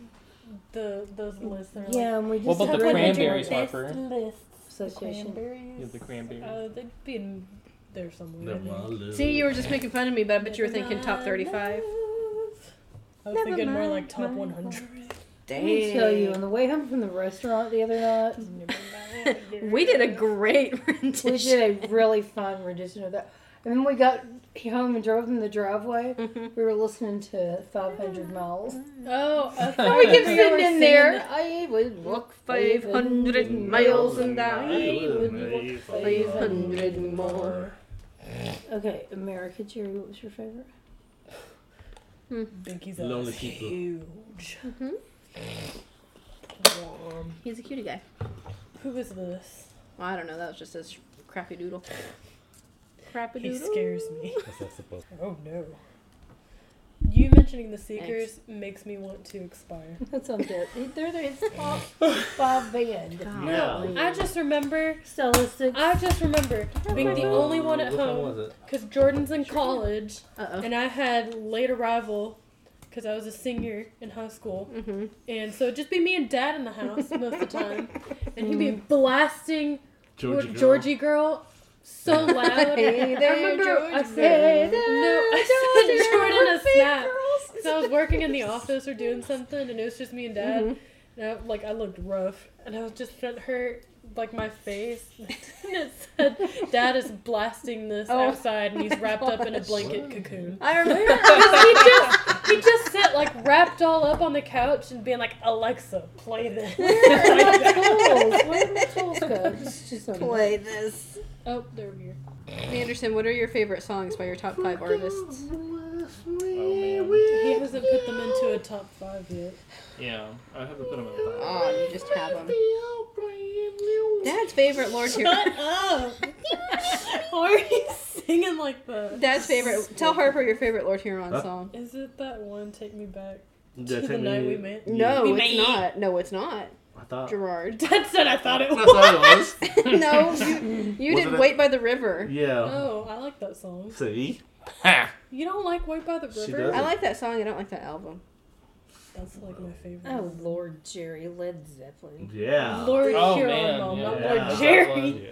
the those lists. Are like,
Yeah, and we just
What about
had
the
one
Cranberries,
drink
Harper?
Association.
Yeah, the cranberry.
Uh, they'd be in there somewhere.
Never mind. Lou.
See, you were just making fun of me, but I bet you were thinking top 35.
I was thinking more like top 100.
Let me tell you, on the way home from the restaurant the other night,
We did a great rendition.
we did a really fun rendition of that. And then we got home and drove in the driveway. We were listening to 500 Miles.
Oh, I
And
thought
we
kept
were
sitting in
singing
there.
that.
I would walk
500 miles and I.
I.
500 more.
Okay, America Jerry, what was your favorite?
Binkie's
Lonely
ass is
people.
huge. Warm.
He's a cutie guy.
Who is this?
Well, I don't know. That was just his crappy doodle. Crappy
He
doodle.
scares me.
That's not supposed
Oh no. You mentioning the Seekers makes me want to expire.
That's on that. They're the it's pop, pop band.
God.
No.
I just remember.
Stellistic.
I just remember being the only one at
What time
home
was it?
because Jordan's in college
Uh-oh.
and I had late arrival because I was a senior in high school,
Mm-hmm.
and so it'd just be me and Dad in the house most of the time, and he'd be
Mm.
blasting
Georgie.
Georgie,
Girl.
Girl so loud.
Hey
I
there,
remember I
Georgie
said,
girl.
no, I sent Jordan a snap. So I was working in the office or doing something, and it was just me and Dad. And I, like I looked rough, and I was just sent her like my face, and it said, "Dad is blasting this
Oh.
outside, and he's wrapped up in a blanket cocoon."
I remember.
'Cause he just he just sat like wrapped all up on the couch and being like, "Alexa, play this."
Tools. Where did the tools go? It's just on
Play this.
oh, they're here.
Anderson, what are your favorite songs by your top five artists?
Oh, man.
He hasn't put them into a top five yet.
Yeah, I have to put them in the top.
Oh, you just have them. Dad's favorite Lord Hero.
Shut up! Why are you singing like that?
Dad's favorite. Tell Harper your favorite Lord Huron
Huh?
song.
Is it that one? Take me back
Yeah,
to the
take me-
night we met.
No,
We
it's
may-
not. No, it's not.
I thought.
Gerard.
Dad said I thought it
That's
was.
what it was.
no, you, you
Wasn't
did
it-
Wait by the River.
Yeah.
Oh, I like that song.
See?
Ha!
You don't like Wait by the River?
She does.
I like that song. I don't like that album.
That's like my favorite.
Oh Lord, Jerry Led Zeppelin.
Yeah.
Lord
Oh,
Huron,
man,
Mom,
yeah.
not
Yeah,
Lord
that's
Jerry.
what- yeah.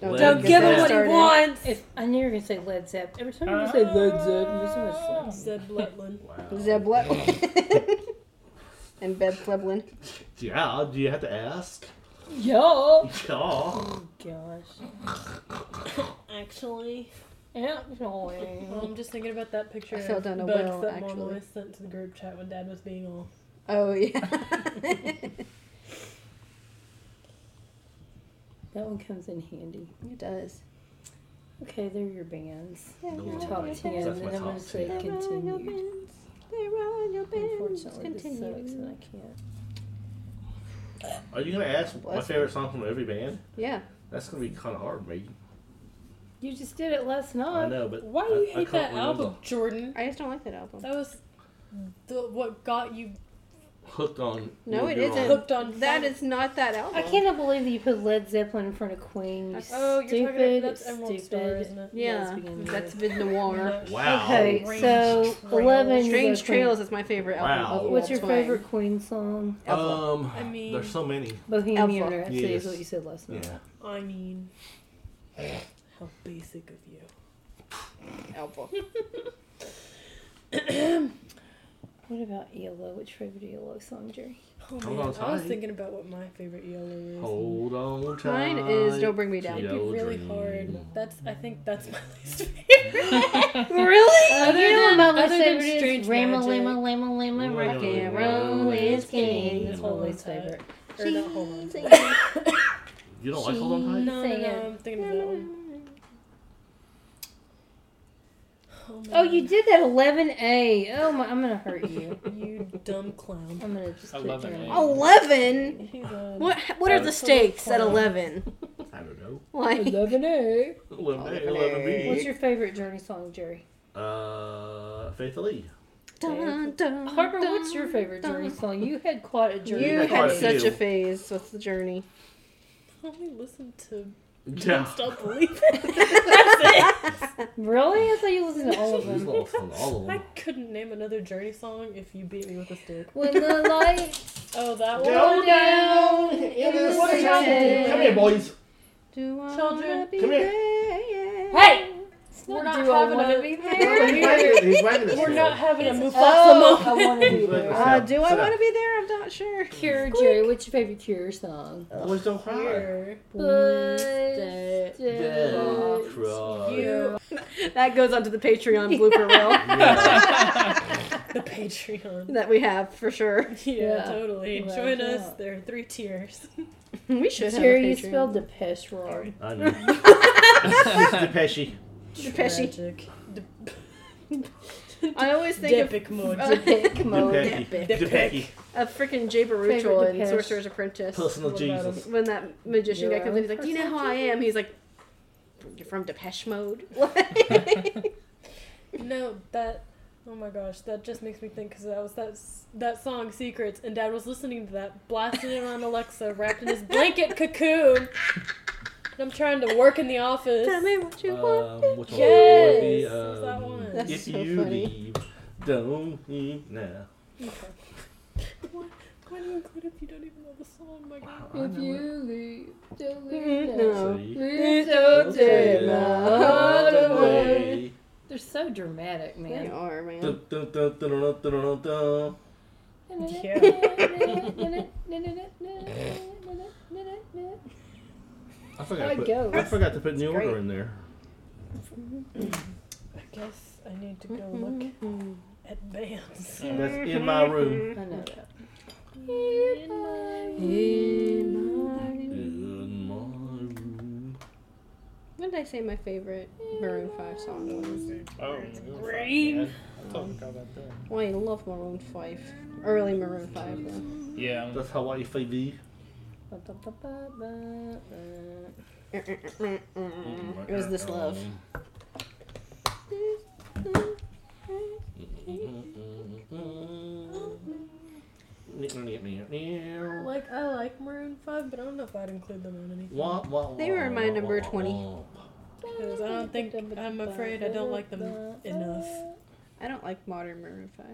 Don't,
Well,
Don't
get
give
that
him what he
started.
wants.
If I knew you were gonna say Led Zeppelin. Every time you say Led Zeppelin, there's so much Led Zeppelin.
Zeb
Wow.
Zeb
Letland.
Leblin. and Beb Pleblin.
Yeah, do you have to ask?
Yo.
Yeah.
Oh gosh.
Actually,
Actually.
well, I'm just thinking about that picture
I fell
of
down a
Bugs
well,
that Mom
actually.
always sent to the group chat when Dad was being all.
Oh yeah.
That one comes in handy. It does. Okay, they're your bands.
Those
Your
are
top
my-
ten. And
that's
I'm
my
going to
top
say
10.
continued. Unfortunately, this uh, sucks and I can't.
Are you gonna ask my
Bless
favorite song from every band?
Yeah.
That's gonna be kind of hard, mate.
You just did it last
I
night.
know, but
Uh, Why
I,
do
I
you hate
can't
that
remember.
album, Jordan?
I just don't like that album.
That was the, what got you
Hooked on.
No,
You're
it isn't.
Wrong.
hooked on.
That
funk.
is not that album.
I cannot believe that you put Led Zeppelin in front of Queen. You
Oh, you're
stupid,
talking about that's everyone's
stupid.
story, isn't it?
Yeah,
Yes, beginning
that's been
with-
noir.
Wow.
Okay,
Strange
so
Trails.
eleven. you
Strange
go Queen.
Trails is my favorite album.
Wow.
of all
What's your
time.
favorite Queen song?
Ever.
Um,
I mean-
there's so many.
Bohemian
Alpha.
Rhapsody
Yes.
is what you said last night.
Yeah.
I mean, how basic of you.
Alpha.
What about ELO? Which favorite ELO song, Jerry?
Oh,
Hold
man.
on
I was
tight.
thinking about what my favorite ELO is.
Hold on tight.
Mine is Don't Bring Me Down.
It'd be
Yellow
really
Dream.
hard. That's I think that's my least favorite.
really?
Other
you know
than-
what my
other than
favorite
Strange
is? Rama,
Magic.
Lima, Lima, Lima,
Lima,
Rock and
Lima,
Roll is King.
King.
That's my least
Hold on
favorite.
Or not, hold on.
You don't like Hold on tight?
No, no,
Sing
no,
it.
I'm thinking of that one.
Oh, you did that 11A. Oh, my, I'm going to hurt you.
you dumb clown. Oh
I'm going to just put
11A.
you in.
Eleven.
He's a-
What? What are the stakes at eleven?
I don't know.
Like
11A.
Eleven A,
Eleven
eleven
What's
B.
your favorite Journey song, Jerry?
Uh, Faithfully.
dun, dun,
Harper,
dun.
what's your favorite Journey song? You had quite a Journey.
You
Yeah, quite
had
a
such a
few.
phase with the journey.
Only listen to
Yeah.
Stop Believing.
Really? I thought you listened to all of
He's
them.
lost on all of
I
them.
couldn't name another Journey song if you beat me with a stick.
when the lights
Oh, that
Yeah.
one.
go down in the
What are you
city.
Come here, boys.
Do I
Children,
wanna be
come here.
there?
Hey!
It's
We're
not
not
do I
having
wanna
a-
be
We're
there?
He's wagging- he's wagging his
We're
tail.
not having a Mufasa
Oh, I
moment.
want to be
He's wagging his
there.
Uh,
tail.
do I
Sit
want to
up.
be there? I'm not sure.
Cure, Jerry. What's your favorite Cure song?
Boys don't cry.
Boys
Don't
don't
cry.
You,
That goes onto the Patreon blooper reel
Yeah.
the Patreon.
that we have for sure.
Yeah,
Yeah.
totally.
Well,
Join
yeah.
us. There are three tiers.
We should have
Jerry,
a
you
Patreon.
spelled Depeche Mode.
I know. It's Depeche.
Depeche.
Tragic. De-
I always think of
Depic mode.
uh,
Depeche Mode.
Depeche.
Depeche.
Depeche.
a freaking Jay
Favorite
Baruchel in
Depeche.
Sorcerer's Apprentice.
Personal
What about
Jesus.
When that magician
You're
guy comes in, he's like, "You know who I am?" He's like, "You're from Depeche Mode." Like-
No, that. Oh my gosh, that just makes me think because that was that s- that song "Secrets" and Dad was listening to that, blasting it on Alexa, wrapped in his blanket cocoon. And I'm trying to work in the office.
Tell me what you want.
Um, which one?
Yes.
would be,
What's that
um,
one?
That's
if
so
you
funny.
leave, don't leave now.
Why do you include if you don't even know the song? My God.
I know it.
leave, don't
No.
See?
Please don't take my heart away.
Away.
They're so dramatic,
They
man.
are, man.
Dun, dun, dun, dun, dun, dun, dun, dun. I forgot,
I'd
to put,
go.
I forgot to put New
great.
Order in there.
I guess I need to go look at bands.
That's in my room.
I know that.
In my room.
When did I say my favorite Maroon 5 song was?
Oh, green. Yeah, I totally got that there.
Well, I love Maroon 5. Early Maroon 5, though.
Yeah.
That's Hawaii Five-E.
Mm, It was This Love.
Like I like Maroon Five, but I don't know if I'd include them on anything.
Wah, wah,
They were in my
wah,
number
wah,
20.
wah.
'Cause I don't think I'm afraid I don't like them enough
I don't like modern Maroon 5.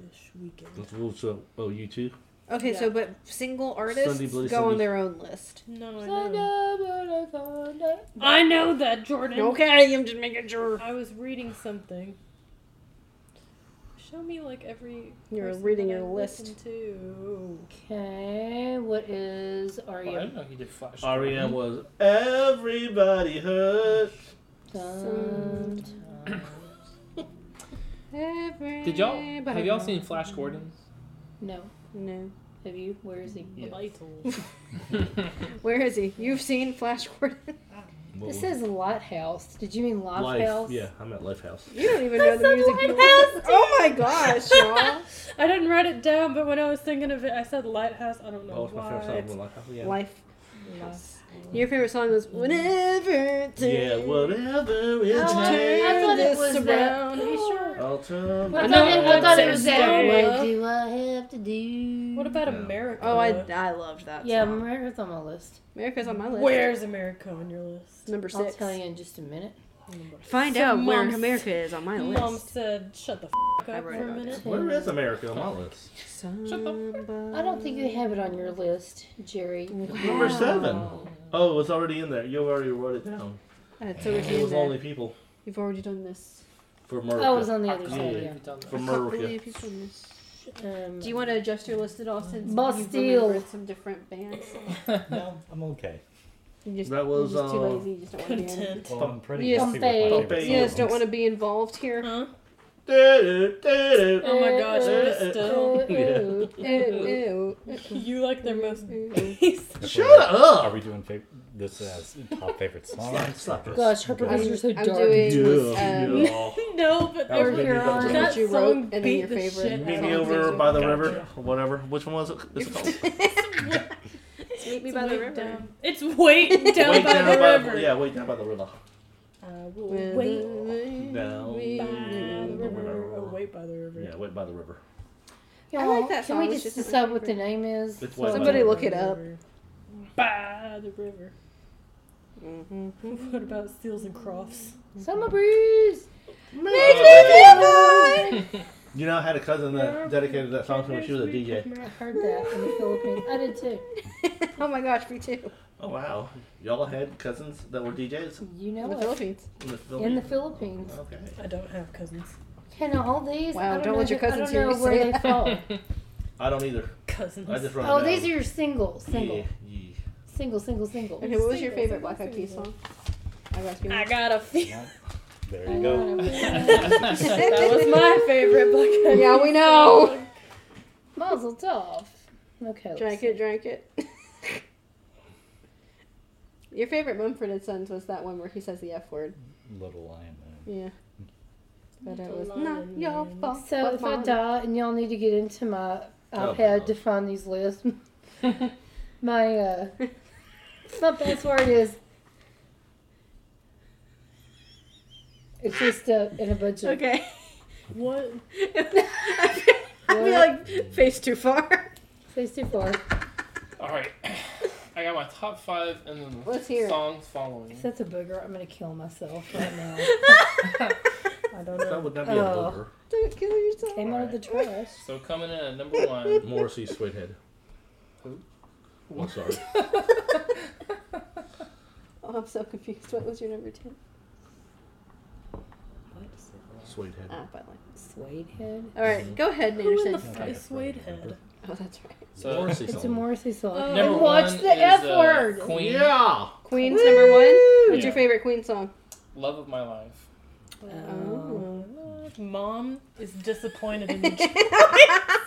this weekend.
That's what's up. Oh, you too?
Okay, so
Yeah.
but single artists
Sunday Blue
go on
Sunday.
their own list.
No, I know. I know that Jordan.
Okay, I'm just making sure.
I was reading something. Show me like every.
You were
person
reading
that I
your list.
listened To.
Okay, what is
Well, I
Aria?
didn't know he did Flash.
REM was Everybody Hurt.
Did y'all have y'all seen Flash Gordon?
No.
No.
Have you? Where is he?
Yes.
Where is he? You've seen Flash Gordon.
What
It
was-
says Lighthouse. Did you mean
Life.
Lighthouse?
Yeah, I'm at Life House.
You don't even know the music.
Oh my gosh, y'all.
I didn't write it down, but when I was thinking of it, I said lighthouse. I don't know
Oh, it's my
why.
favorite song from Life House. Yeah.
Life. Your favorite song was Whenever. It
Yeah,
Turns."
whatever it
Oh, I-
takes.
I thought it
this
was that.
around.
Are you
Oh.
sure?
I'll turn
I
back.
thought it- I thought it was that.
Well.
Oh. What do I have to do?
What about
Yeah.
America?
Oh, I, I loved that.
Yeah,
song.
America's on my list.
America's on my list.
Where's America on your list?
Number
I'll
6
tell you in just a minute.
Find out where
Mom-
America is on my list.
Mom said, "Shut the f-
I
up for
wrote it
a
all
minute."
Where is America on my list?
I don't think you have it on your list, Jerry.
Number seven. Oh, it's already in there. You already wrote it down.
It's over
It
here.
was
then.
only people
You've already done this.
for
Oh, it was
America.
on the other
Yeah.
side. Yeah.
For
I can't
America.
believe you've done this.
Um,
Do you want to adjust your list at all since
Bastille.
you some different bands?
No, I'm okay.
You just,
That was,
you're just too
uh,
lazy. You just don't want to be in.
Content.
Well, I'm pretty
Yes.
happy with my
Pompeii.
favorite
You just don't
songs.
want to be involved here.
Huh?
Do, do, do, do.
Oh my gosh,
Uh,
but
Oh,
still,
Ooh, ooh, ooh.
Ew.
you like their most.
Shut
Are
up!
we doing fav- this as top favorite songs?
Suck it.
Gosh, her
I'm,
because you're so
I'm
dark.
doing
Do,
um,
do.
no, but
That was
every-
good.
that,
That
you wrote
song
and then
beat
your
the
favorite.
shit
Meet
out
me
of
over by the
Gotcha.
river, or whatever. Which one was it? It's called
Meet me
It's
by the
way
river.
down. It's way down
Wait
by
down
the
by
river. Uh,
the yeah, wait down by the river.
I will
With
wait
the-
Down
we-
by the
river.
river. Oh, wait by the river.
Yeah, wait by the river.
I like that
Can
song,
we
it's
just,
just not my
decide what the name is?
It's
So-
what-
Somebody look it up.
By the river.
Mhm.
What about Steels and Crofts?
Summer breeze.
You know, I had a cousin that dedicated that song to me. She was a DJ.
I heard that in the Philippines. I did too.
oh my gosh, me too.
Oh wow, y'all had cousins that were DJs
You
In
know
the
it.
Philippines.
in the Philippines.
In the Philippines.
okay.
I don't have cousins.
Can all these?
Wow,
I
don't
know
let your
who-
cousins
I don't
hear
know
you
where
say
they
that.
fall.
I don't either.
Cousins.
I just run.
Oh, these are your singles. Single.
Yeah, yeah.
Single, single, single.
Okay, what was your
Singles,
favorite
singles,
Black Eyed Peas
singles.
song? I got you.
I got a feel.
There you go.
that was my favorite Black Eyed
Yeah, we
Peas
know.
song.
Mazel tov. Okay. let's
Drank
see.
it, drank it. Your favorite Mumford and Sons was that one where he says the F word.
Little Lion Man.
Yeah. But it was
Little
not
lion
your
man.
fault.
So
but
if I
mine.
die and y'all need to get into my
Oh,
iPad
no.
to find these lists, my uh, my password is it's just uh, in a bunch of
Okay.
What?
I feel like face too far.
Face too far.
All right, I got my top five and then the
Let's hear it.
songs following.
If that's a booger, I'm gonna kill myself right now.
I don't
That
know.
would not be a
Oh.
blooper.
Don't kill yourself.
Came out of the trash.
So coming in at number one,
Morrissey Sweethead.
Who?
I'm sorry.
Oh, I'm so confused. What was your number two?
Sweethead.
Ah, finally.
Suede head.
All right, go ahead,
Who in the
Anderson.
fuck is Suede head?
Oh, that's right.
so
Morrissey
It's a
song.
Morrissey song.
Oh.
number
and watch
one
the
is,
F
uh,
word.
Queen,
Yeah.
Queen's number one. What's your
Yeah.
favorite Queen song?
Love of My Life.
Oh.
Mom is disappointed in you.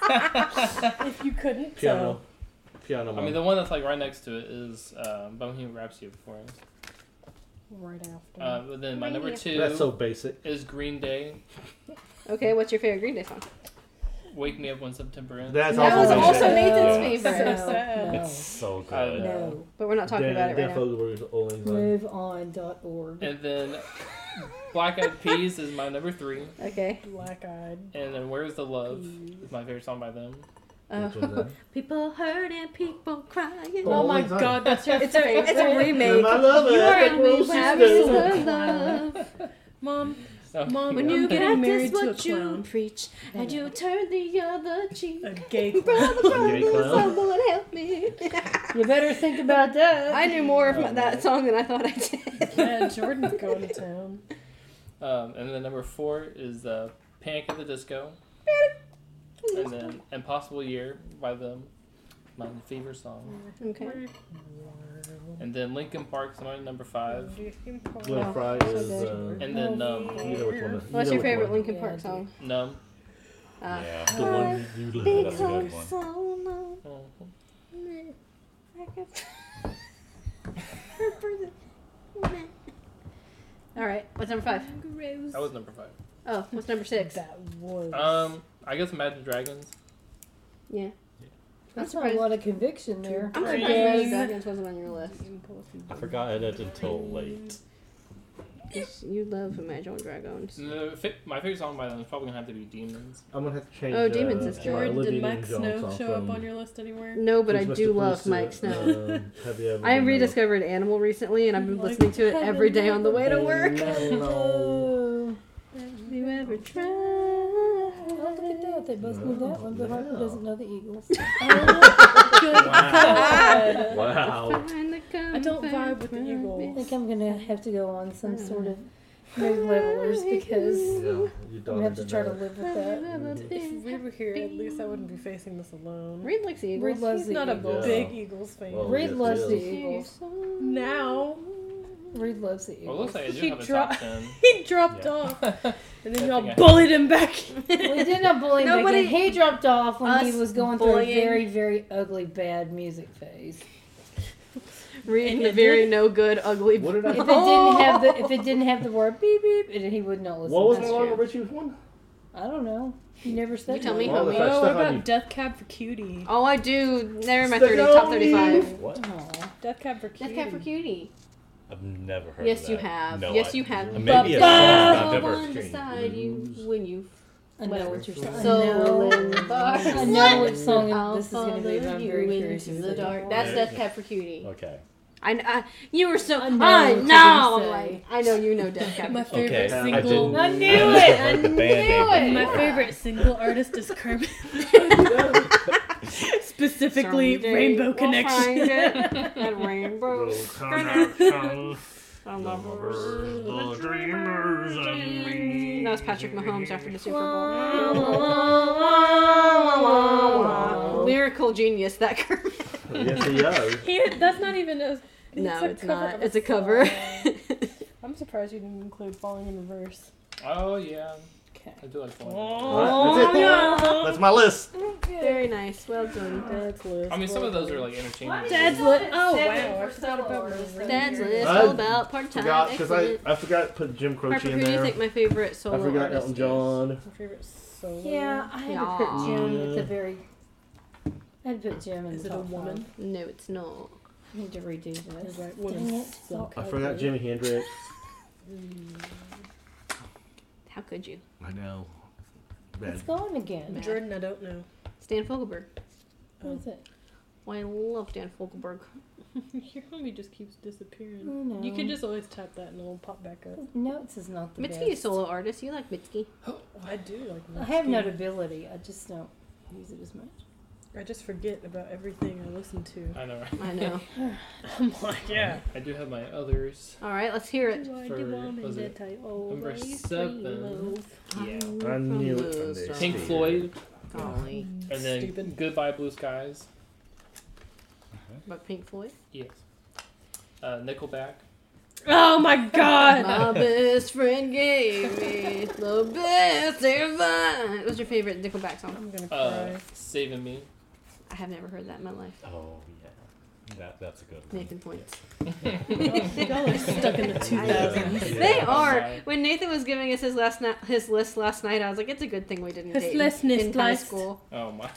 if you couldn't
Piano.
tell.
Piano.
I mean,
Man.
the one that's like right next to it is uh, Bohemian Rhapsody, of course.
Right after.
Uh,
Mm-hmm.
but then my number two
That's so basic.
is Green Day.
Okay, what's your favorite Green Day song?
Wake Me Up When September Ends.
That's
That was
also
also
basic.
Nathan's
Yeah.
favorite.
No,
sad.
It's so good.
Uh,
No.
But we're not talking
Dan-
about it
Dan
right now.
Fogelberg is all in
no.
line.
MoveOn.org.
And then Black Eyed Peas is my number three.
Okay.
Black eyed.
And then Where's the Love is my favorite song by them.
Oh.
Which one's that?
people hurting, people crying.
Oh,
Oh my
it's on.
god, that's your
It's a, it's a remake.
And I love it.
You are a
Little
Oh
have
sister.
you some love.
Mom,
So,
Mom,
When
I'm
you
getting
practice
married to a
what you
clown.
preach and you turn the other cheek.
A gay clown.
Brother, brother,
Gay clown.
someone help me.
You better think about that.
I knew more of my, that song than I thought I did.
yeah, Jordan's going to town.
um, and then number four is uh, Panic at the Disco. And then Impossible Year by them. My favorite song.
Okay.
And then Lincoln Park's my number five.
Glenn Fry is. Uh,
And then um,
you know which
What's your
one. that- you know which
favorite
one.
Linkin
Yeah, I
Park
do.
song?
Numb.
Uh,
Yeah.
The one you
That's a
Because
good one.
so long.
pockets.
All right. What's number five?
That was number five.
Oh, what's number six?
That was.
Um, I guess Imagine Dragons.
Yeah.
That's not a lot of conviction there.
I'm surprised
Yes.
Imagine Dragons wasn't on your list.
I forgot it until late.
'Cause You love Imagine Dragons.
The, fi- my favorite song by them is probably gonna have to be Demons.
I'm gonna have to change.
Oh,
uh,
Demon Sister.
my
Jordan,
Olivia
did Mike
Newton-John
Snow
song
show up
from
on your list anywhere?
No, but I
Who's
do
Mr.
love
Felicity?
Mike Snow.
Um, have you ever
I
been
rediscovered Animal recently, and I've been listening to it every day on the way to work.
Hello.
Have you ever tried?
Oh, look at that. They both knew that one, but Harper doesn't know the Eagles.
Ah.
Wow.
Find the
I don't vibe
comfort
with the
from
I
Eagles.
think I'm going to have to go on
Hmm.
some sort of no levelers because
Yeah, you
I'm
don't
going to have to
even
try
know.
to live with that.
If we were here, at least I wouldn't be facing this alone.
Reed likes the Eagles.
Reed loves
He's
the
not a
Eagles.
big
Yeah.
Eagles fan.
Well,
Reed
yes,
loves
yes.
the
Hear your
Eagles.
song.
Now
Reed loves the
Well, it looks
Eagles.
like I
He
do have a
dro-
top ten.
he dropped off, and then
Good
y'all
thing I-
bullied him back.
we did not bully him.
Nobody-
Nobody, he dropped off when he
Us
was going through a
bullying.
very, very ugly, bad music phase.
Reed,
And
the
it
very no good, ugly.
What did I?
If it didn't have the if it didn't have the word beep beep, it, he would not listen.
What was
to
the
that
one
shit.
with Richie's one?
I don't know. You never said.
You tell
that.
me,
Well,
homie.
that's-
Oh,
stuff
what
on you.
about Death Cab for Cutie?
Oh, I do. Never my 30, top 35.
What?
Aw.
Death Cab for Cutie.
That's Cat for Cutie.
I've never heard of
Yes,
that.
you have.
No,
yes,
I-
you have.
Maybe
But
it's not.
the
I've never
one
seen.
beside you when you
I know what you're saying.
So
I know,
in the dark.
I know
What?
what song
I'll
this is going to be, but
follow
I'm
you
very curious.
into the
to see.
dark. That's
Yeah.
Death Cab for Cutie.
Okay.
I, I, you were so. I
I
know.
know
I,
what you're
know.
gonna
I'm like, I know you know Death
say.
Cab.
My
for
favorite
Okay. I
single.
didn't-
I
I've
knew
never
it!
heard the
I
band
knew
name
it!
My
before.
favorite single artist is Kermit. Specifically,
Someday
Rainbow
we'll
Connection.
find it. That rainbow. I love her. That was Patrick Mahomes after the Super Bowl. Lyrical genius, that Kermit.
yes, he does.
He, that's not even a.
No,
a
it's
cover of
not. It's a cover.
song. I'm surprised you didn't include Falling in Reverse.
Oh yeah.
Okay.
I do like Falling.
Oh,
Alright, that's it. That's my list.
Very nice. Well done.
Dad's list.
I mean, some of those are like interchangeable.
Dad's
What
list.
is
Oh
seven
wow, I
for
forgot about
soloists?
my
Dad's
list.
list,
I
all about part time.
Forgot because I I forgot to put Jim
Harper,
Croce
who
in
do you
there.
think my favorite
I
solo
forgot
artist
Elton John.
My favorite solo.
Yeah, I had to
Yeah.
put Jim at
Yeah.
the very. I had to put Jim in
Is
the
it a
top
woman?
five.
is? No, it's not.
I need to redo
You're
this.
right,
Dang
women
it.
suck.
I forgot Jimi Hendrix.
How could you?
I know.
It's
Bad.
gone again.
Jordan, I don't know.
Stan Fogelberg.
What is it?
Oh, I love Dan Fogelberg.
Your homie just keeps disappearing.
Oh, no.
You can just always tap that and it'll pop back up.
Notes is not the
Mitski is
best.
solo artist. You like Mitski?
I do like
I have
Måneskin.
notability. I just don't use it as much.
I just forget about everything I listen to.
I know. right?
I know.
I'm like, yeah.
I do have my others.
All right, let's hear it.
was it number seven? Yeah.
I knew
From
it someday.
the
Pink
Steve.
Floyd,
Golly,
and then
Stupid.
Goodbye Blue Skies.
but Pink Floyd.
Yes. Uh, Nickelback.
Oh my god!
My best friend gave me the best advice. What's your favorite Nickelback song?
I'm gonna
Uh,
cry.
Saving Me.
I have never heard that in my life.
Oh yeah. That, that's a good one.
Nathan points.
Y'all are stuck in the 2000s.
They are.
Right.
When Nathan was giving us his last ni- his list last night, I was like, "It's a good thing we didn't
His
date
list,
in
list,
high
list.
school."
Oh my.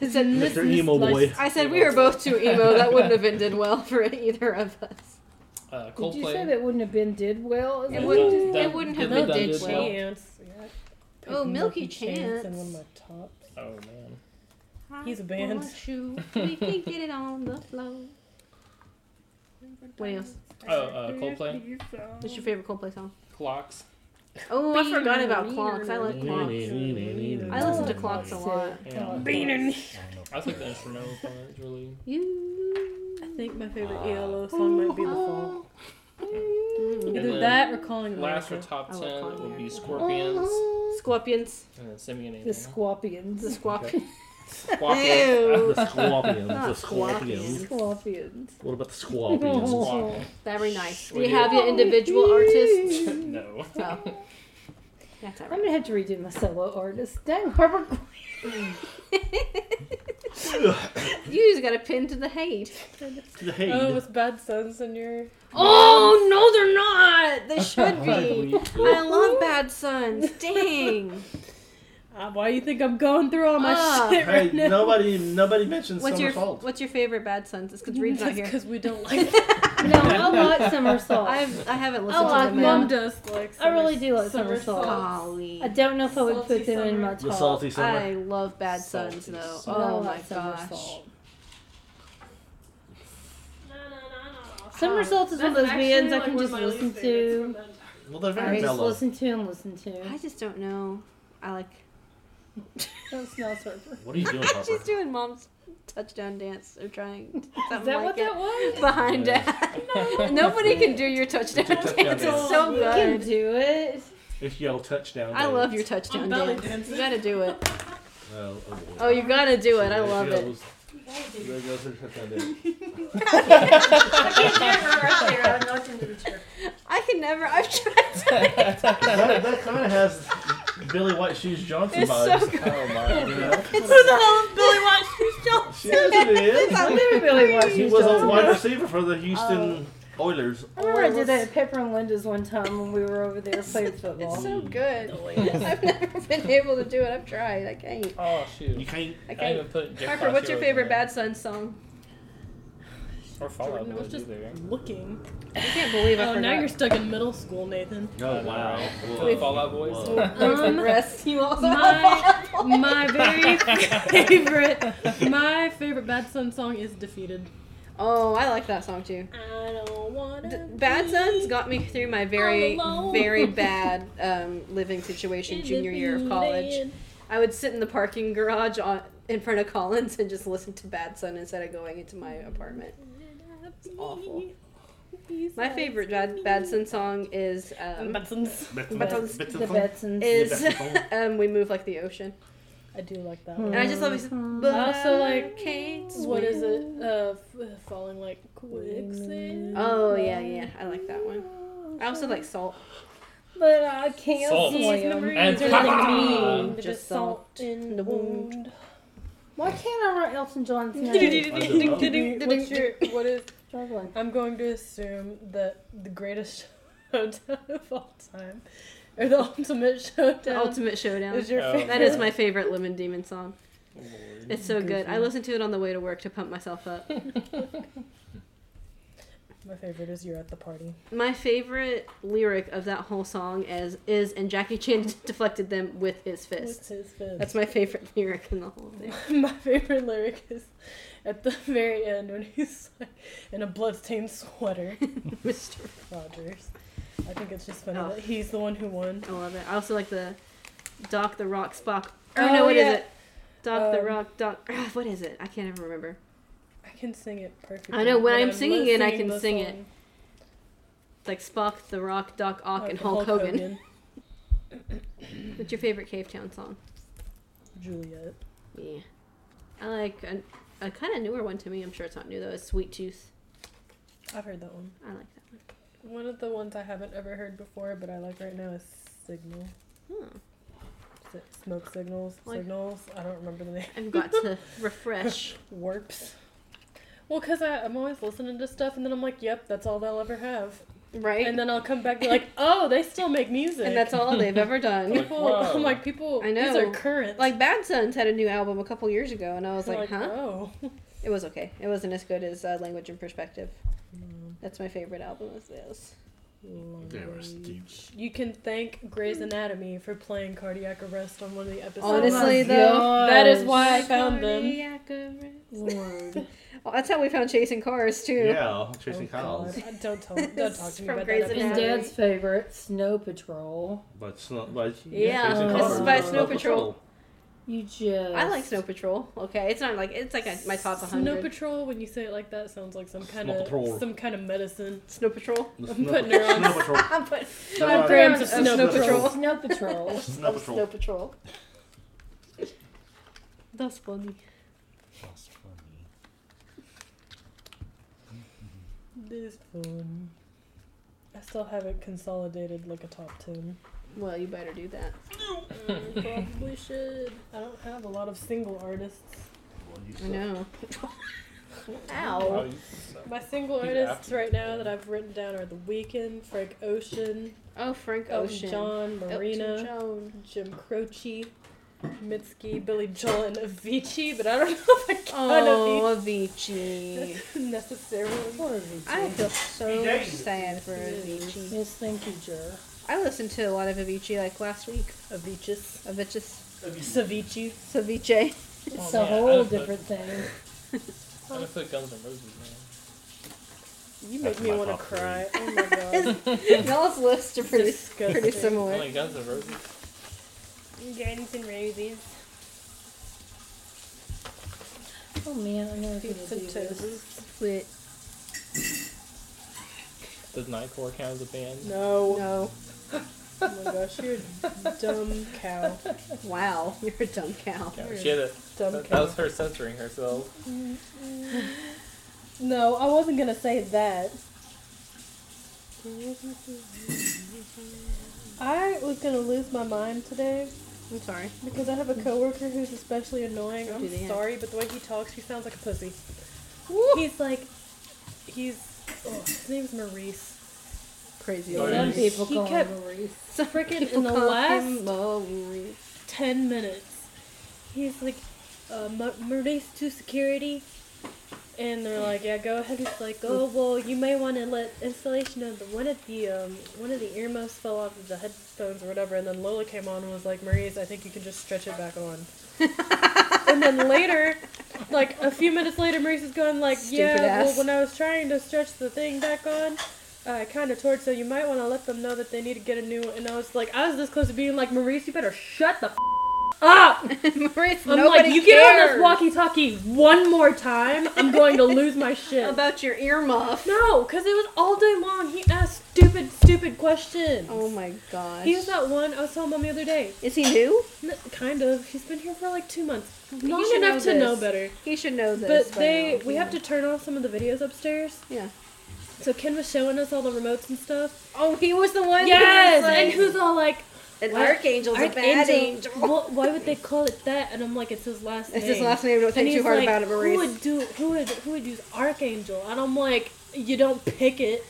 He said, "This
Mr. Emo Boy.
I said we were both too emo. That wouldn't have ended well for either of us.
Uh,
Did you say
Coldplay.
that wouldn't have been did well? Is
Yeah,
that
It
what
done-
you
wouldn't.
just-
done-
It wouldn't have
Did we
Milky
done
ended
this well?
well.
Chance. Yeah, I picked
Oh, Milky
in one of my
Chance.
tops.
Oh man.
He's a band.
I want you. We can get it on the floor. What else?
Oh, uh, Coldplay.
What's your favorite Coldplay song?
Clocks.
Oh, I forgot about Clocks. I love Clocks. I
I
listen to Clocks a lot.
Yeah.
Beanin'.
I just like the instrumental part. It's really.
You.
I think my favorite
Ah.
ELO song might be The Fall.
Mm.
And
Either
then
that or Calling
Last for
America.
top
I like
ten
Calling
would be
America.
Scorpions.
Scorpions.
And then Simeon
Oh. The
Angel.
The
Squapians.
Scorpions.
Squawk.
The squawpians.
Not
The
squawpians.
squawpians.
Squapians.
What about the squawpians?
Squawk.
Very nice. Do
We
you
do.
have your individual artists?
No.
Oh. That's all
I'm
right.
gonna have to redo my solo artist. Dang, Harper.
You just got a pin to the hate.
The hate.
Oh, with bad sons in your.
Oh no, they're not. They should
I
be.
believe you.
I love Bad Sons. Dang.
Uh, why do you think I'm going through all my
Ah.
shit
Hey,
right now?
nobody, nobody mentions
What's your
somersault.
What's your favorite Bad Sons? It's because Reed's not here.
because we don't like that.
No, I like somersault. I,
Oh, I've I haven't listened
like
to them.
Mom
them.
does like.
really do like
summer
somersault.
Golly.
I don't know if I would
Salty
put them in
summer.
my top.
the salty summer.
I love Bad Sons though.
I don't
Oh my
like
gosh.
somersault.
No, no, no, no.
Somersault is one of
That's
those bands I
actually,
can
like,
just
one of my least
listen
favorites
to.
from that time.
well, they're
I
very
just
mellow.
listen to and listen to.
I just don't know. I like.
That smells horrible.
What are you doing, Harper?
She's doing mom's touchdown dance or trying.
Is that what that was?
Behind dad. Nobody can do your touchdown
Touchdown
dance. It's
dance.
so
You can
good.
do it.
If you yell touchdown.
I
then-
love your touchdown
I'm belly
dance.
dancing.
You gotta do it.
Oh, oh, boy.
Oh, you gotta do it. I
She
love it.
yells- there goes her touchdown dance.
I can't hear her out there. I'm listening to the church.
I can never. I've tried. To,
that, that kind of has Billy White Shoes Johnson
It's so
vibes.
good.
Oh my god.
it's who the hell is Billy Washington Johnson?
She is, it is.
I literally was.
He was a wide receiver for the Houston Oilers.
I remember I did that at Pepper and Linda's one time when we were over there playing
It's
football.
so good. I've never been able to do it. I've tried. I can't.
Oh shoot!
You can't.
I
I
can't.
even put Jack
Harper, what's your
Blasio
favorite
in there.
Bad Son song?
or Fallout
Jordan was
Boy
just-
either?
Looking.
I can't believe I
Oh, now you're
forgot.
stuck in middle school, Nathan.
Oh wow.
wow.
Whoa.
Fallout Boys?
Whoa.
Um,
Rest. You also
my my very favorite my favorite Bad Son song is Defeated.
Oh, I like that song too.
I don't wanna
D- Bad Sons got me through my very,
all alone.
very bad um, living situation junior year of college. I would sit in the parking garage on, in front of Collins and just listen to Bad Son instead of going into my apartment. It's awful. My favorite Bad, Bad Son song is um,
Bad Sons.
Betsons.
The
Betsons.
Betsons.
is
Bad Song.
um, "We Move Like the Ocean,"
I do like that
and
one.
I just love it. But
I also like-
Kate.
What is it? Uh, f- falling like quicksand.
Oh yeah, yeah, I like that one. I also like Salt.
But I can't
Salt.
swim.
And
are like
Papa!
mean,
Just
just salt in the wound.
Why can't I write Elton John's name?
What's your, what is?
Struggling.
I'm going to assume that the greatest showdown of all time, or the ultimate showdown,
The Ultimate Showdown.
is your
Oh.
favorite.
That is my favorite Lemon Demon song.
Lord.
It's so good. I listen to it on the way to work to pump myself up.
My favorite is you're at the party.
My favorite lyric of that whole song is is and Jackie Chan deflected them with his
What's
fist.
his fist?
That's my favorite lyric in the whole thing.
My favorite lyric is at the very end when he's like in a bloodstained sweater.
Mr.
Rogers. I think it's just funny
Oh.
that he's the one who won.
I love it. I also like the Doc the Rock Spock. Or
Oh,
no, what is
yeah.
it? Doc the
Um,
Rock Doc. ah, what is it? I can't ever remember.
I can sing it perfectly.
I know, when
but
I'm singing it, I
listening
can
the
sing it.
song
It's like Spock the Rock Doc Ock
of
and Hulk, Hogan. What's your favorite Cave Town song?
Juliet.
Yeah, I like a, a kind of newer one to me. I'm sure it's not new though. It's Sweet Tooth.
I've heard that one.
I like that one.
One of the ones I haven't ever heard before, but I like right now is Signal.
Hmm.
Si- Smoke signals,
Like-
signals. I don't remember the name.
I've got to refresh.
Warps. Well, cause I, I'm always listening to stuff, and then I'm like, "Yep, that's all they'll ever have."
Right?
And then I'll come back and be like, "Oh, they still make music."
And that's all they've ever done.
Like,
people.
wow.
I'm like, people.
I
These
know.
are current.
Like Bad Sons had a new album a couple years ago, and I was like, huh?
Oh.
It was okay. It wasn't as good as uh, Language and Perspective. That's my favorite album. Is this?
They were stupid.
You can thank Grey's Anatomy for playing cardiac arrest on one of the episodes. Oh
Honestly, though,
that is why I found them.
Lord.
Well, that's how we found Chasing Cars too.
Yeah, chasing cows.
Oh, God. Don't tell. Don't talk
It's
to me
from
about
Grey's
that.
Anatomy.
episode.
And Dad's favorite, Snow Patrol.
But it's not like
Yeah,
chasing
it's
cars.
by
It's
Snow
about
Patrol.
You just.
I like Snow Patrol. Okay, it's not like it's like a, my top 100.
Snow Patrol. When you say it like that, sounds like some kind
Snow Patrol.
of some kind of medicine.
Snow Patrol.
The
I'm
Snow-
putting her on-
Snow Patrol.
I'm putting
They're
Five
on
grams of
Of
Snow,
Snow
Patrol.
Patrol.
Snow Patrol.
Snow Patrol.
Snow Patrol. That's funny.
That's funny.
This one. I still haven't consolidated like a top ten.
Well, you better do that. Mm,
I probably should. I don't have a lot of single artists.
one. You
I
suck.
know.
Wow,
Ow.
you suck.
My single
He's
artists
after
right
you.
now that I've written down are The Weeknd, Frank Ocean,
Oh, Frank
Elton
Ocean.
Oh, John,
Elton
Marina,
John.
Jim Croce, Mitski, Billy Joel, and Avicii. But I don't know if I count
Oh, Avicii.
Avicii necessarily.
Poor Avicii.
I feel so
Dang.
sad for Avicii.
Yes, thank you, Jer.
I listened to a lot of Avicii like last week.
Avicius.
Avicii.
Savici.
Ceviche.
It's
Oh,
a
man, I
whole
put-
different thing.
I'm gonna put Guns N' Roses. Man.
You make
That's
me
my
want to
top three.
cry. Oh my god.
Y'all's lists are pretty,
Disgusting.
pretty
Only
similar.
Guns N' Roses.
Guns and Roses.
Oh man, I'm never gonna
Beats
do
and
this.
toes.
Wait,
Does Nightcore count as a band?
No.
no.
Oh my gosh, you're a dumb cow.
Wow, you're a dumb cow.
Yeah, she had a,
Dumb
that, that
cow.
was her censoring herself.
No, I wasn't gonna say that. I was gonna lose my mind today
I'm sorry.
because I have a coworker who's especially annoying. I'm
Do the end.
sorry, but the way he talks, he sounds like a pussy. He's like, he's. Oh, his name's Maurice.
Crazy.
Oh,
old
yeah.
Some
man.
Maurice.
people
He
call
kept-
him Maurice.
Some
Frickin'
people
in the
call
last-
him Maurice.
Ten minutes. He's like, uh, Ma- Maurice to security. And they're like, yeah, go ahead. He's like, oh well, you may want to let installation of the one of the um one of the earmuffs fell off of the headphones or whatever. And then Lola came on and was like, Maurice, I think you can just stretch it back on. and then later, like a few minutes later, Maurice is going like, yeah,
Stupid ass.
well, when I was trying to stretch the thing back on. I kind of tore it, so you might want to let them know that they need to get a new one. And I was like, I was this close to being like, Maurice, you better shut the f- up.
Maurice,
I'm
nobody
like, you
cares
get on this walkie-talkie one more time, I'm going to lose my shit.
about your earmuff.
no, because it was all day long. He asked stupid, stupid questions.
Oh my gosh.
He was that one I was telling mom the other day.
Is he new?
N- Kind of. He's been here for like two months. Long
should
enough
know
to know
this.
better.
He should know this.
But
by
they,
now.
we
yeah.
have to turn off some of the videos upstairs.
Yeah.
So Ken was showing us all the remotes and stuff.
Oh, he was the one.
Yes, and
who was
who's all like,
like, an
What?
archangel's a bad angel.
Wha- why would they call it that? And I'm like, it's his last
It's
name.
his last name. Don't
And
think too
he's
hard
like,
about it,
Who
Maurice.
would do? Who would? Who would use Archangel? And I'm like, you don't pick it.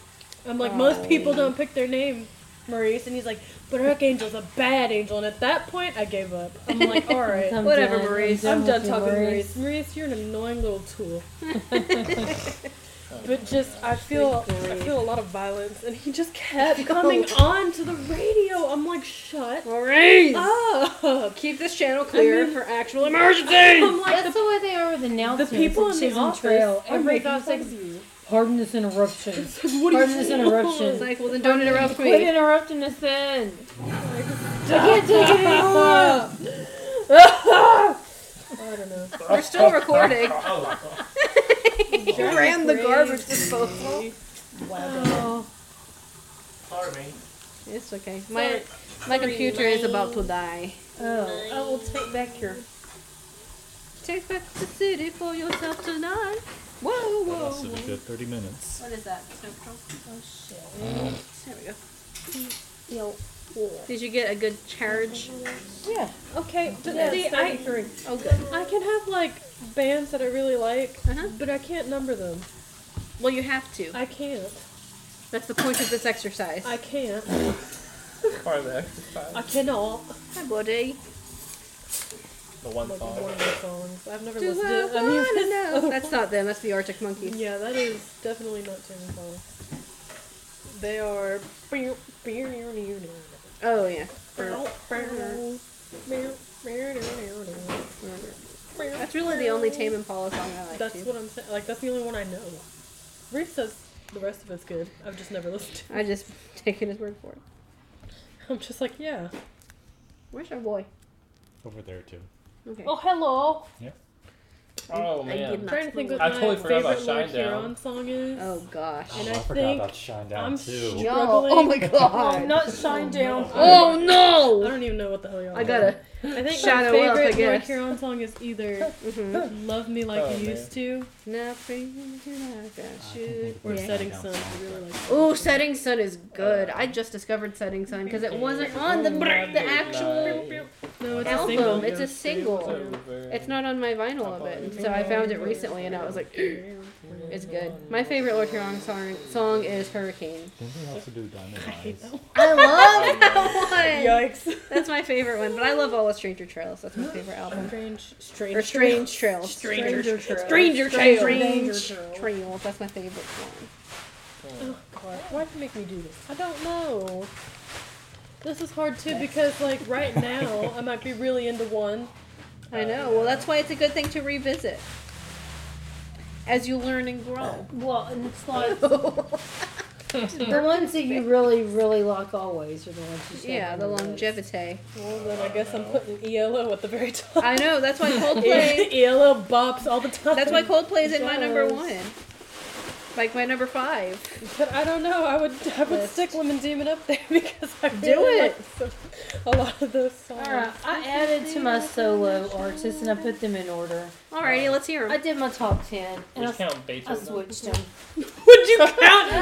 I'm like, most people don't pick their name, Maurice. And he's like, but Archangel's a bad angel. And at that point, I gave up. I'm like, all right,
I'm
Whatever,
done.
Maurice.
I'm done
with you,
talking to Maurice. Maurice, you're an annoying little tool. but just, I feel, I feel a lot of violence, and he just kept coming on to the radio. I'm like, shut
Maurice.
up.
Keep this channel clear
then-
for actual emergency.
I'm like,
That's the way they are with announcements.
people
like
in the
Chisholm
office
Trail,
are
every
making
five
fun of
seconds,
you.
Pardon this interruption.
what
Pardon this
it's
interruption.
like, well, then don't interrupt
Quit
me.
interrupting us then. I can't take it anymore.
I don't know.
We're still recording.
You're
ran the
crazy.
garbage disposal.
Wow.
Sorry, man.
It's okay. My my computer is about to die.
Oh.
I will take back your. Take back the city for yourself tonight. Whoa, whoa,
Lasted a good 30 minutes.
What is that? Central?
Oh, shit.
There we go. Did you get a good charge?
Yeah.
Okay, but
Yeah,
see,
it's
I,
33.
Oh, good.
I can have like bands that I really like,
Uh-huh.
but I can't number them.
Well, you have to.
I can't.
That's the point of this exercise.
I can't.
Part of the exercise.
I cannot.
Hi, buddy.
The one
Like
song.
one of the songs. I've never
Do Oh.
listened
I
to any of his
wanna know?
songs.
That's not them. That's the Arctic Monkeys.
Yeah, that is definitely not Taylor song. They are.
Oh yeah. That's really the only Tame Impala song I like.
That's
too.
what I'm saying. Like that's the only one I know. Reese says the rest of it's good. I've just never listened. to it.
I just taking his word for it.
I'm just like, yeah.
Where's our boy?
Over there, too.
Okay.
Oh, hello.
Oh
I did
man.
I'm trying to think what
I
my
totally forgot about
favorite Lord
Shinedown.
Huron song is.
Oh gosh.
And
oh,
I
I, forgot
think
about Shine Down,
I'm
too.
sure-
Y'all. Oh my
Oh,
god.
not shine down.
Oh
I
no.
don't even know what the hell y'all.
I gotta.
I think
shadow up,
my
I
favorite Lord
guess.
Huron song is either
Mm-hmm.
"Love Me Like
Oh,
You
man.
Used to"
Nothing like I should.
or
Yeah.
"Setting
Yeah.
Sun." I really like. that.
Oh, Setting Sun is good. I just discovered Setting Sun because it wasn't on the the actual.
No, it's a
Album.
single.
It's a
It
single.
was over.
It's not on my vinyl of it, and so I found it recently, and I was like, it's good. My favorite Lord Huron song song is Hurricane.
Didn't they also do Diamond Eyes?
I love that one.
Yikes.
That's my favorite one, but I love all of Stranger Trails. That's my favorite album.
Strange. Strange.
Or Strange Trails.
Stranger. Stranger.
Stranger Trails.
Stranger Trails.
Trails. That's my favorite one.
Oh, God. Why'd you make me do this? I don't know. This is hard too because, like, right now I might be really into one.
I know. Well, that's why it's a good thing to revisit as you learn and grow.
Well, and it's like the ones that you really, really like always are the ones you stay
yeah,
on
the
list.
longevity.
Well, then I guess I'm putting ELO at the very top.
I know. That's why Coldplay.
ELO bops all the time.
that's why Coldplay's in my number
Yes.
one. Like my number five.
But I don't know. I would I would
List.
stick Lemon Demon up there because I
Do
really
it.
like some, a lot of those songs.
All right, I added to my solo artists and I put them in order.
Alrighty, let's hear
I
them.
did my top ten and I,
Which
s-
count
I
Beethoven?
switched them.
Would you count?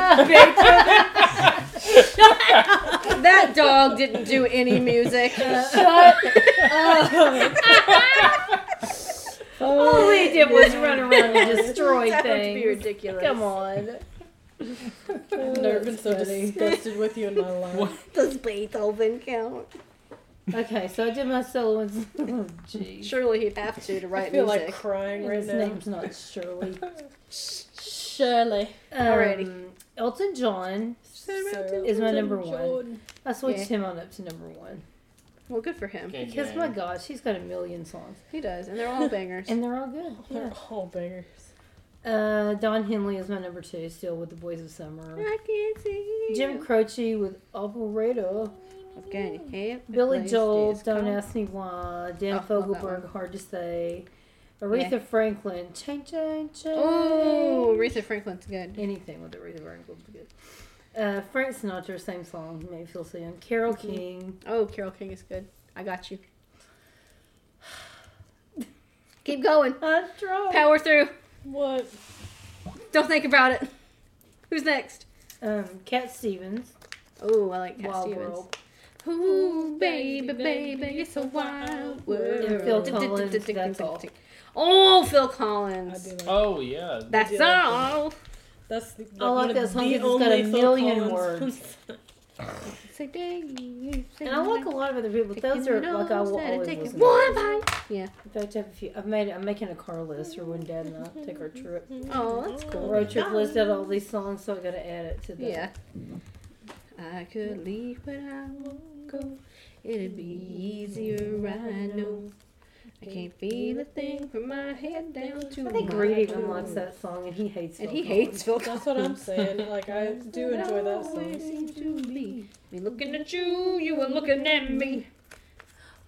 That dog didn't do any music.
All they did was run around and destroy
that would be
things.
ridiculous.
Come on.
I've never been so Oh, disgusted with you in my life.
Does Beethoven count?
Okay, so I did my solo ones. Oh, Jeez.
Surely he'd have to to
I
write
feel
music.
like crying right
His
now.
name's not Shirley.
Shirley.
Alrighty.
Um, Elton John is my number one. I switched him on up to number one
well, good for him.
Okay,
because
yeah.
my gosh, he's got a million songs
He does, and they're all bangers.
and they're all good.
Oh,
They're
Yeah.
all bangers.
Uh, Don Henley is my number two, still with the Boys of Summer.
I can't see.
Jim Croce with Operator.
Afghani. Hey,
Billy
place
Joel,
is
Don't
called-
Ask Me Why. Dan
Oh, love that
Fogelberg, Hard to Say. Aretha Franklin, Chain, Chain, Chain.
Oh, Aretha Franklin's good.
Anything with Aretha Franklin would be good. Uh, Frank Sinatra, same song, Made Me Feel So Young. Carol King.
Oh, Carol King is good. I got you. Keep going.
I'm drunk.
Power through.
What?
Don't think about it. Who's next?
Um, Cat Stevens,
Oh, I like Cat
Wild
Stevens.
World.
Ooh, baby, baby, it's a wild world.
And Phil Collins, that's all.
Oh, Phil
I
Collins.
do like
Oh yeah.
That's all.
That's the,
I like
one of
that song
the
'cause it's got
only
a
Phil
million
Collins
words.
ones.
Say day, you say
and I like a lot of other people. but Those are like I will always listen. to.
What I?
In fact, I have a few. I've made. I'm making a car list for when Dad and I take our trip.
Oh, that's
The
cool.
road trip list out all these songs, so I got to add it to the.
Yeah. I could leave, but I won't go. It'd be easier, I know. I can't feel a thing from my head down to
I think
my
Reed even
toes.
likes that song, and he hates.
And
Phil
he
Collins.
hates Phil Collins.
That's what I'm saying. Like I do enjoy that
Always
song.
seem to be me looking at you, you were looking at me.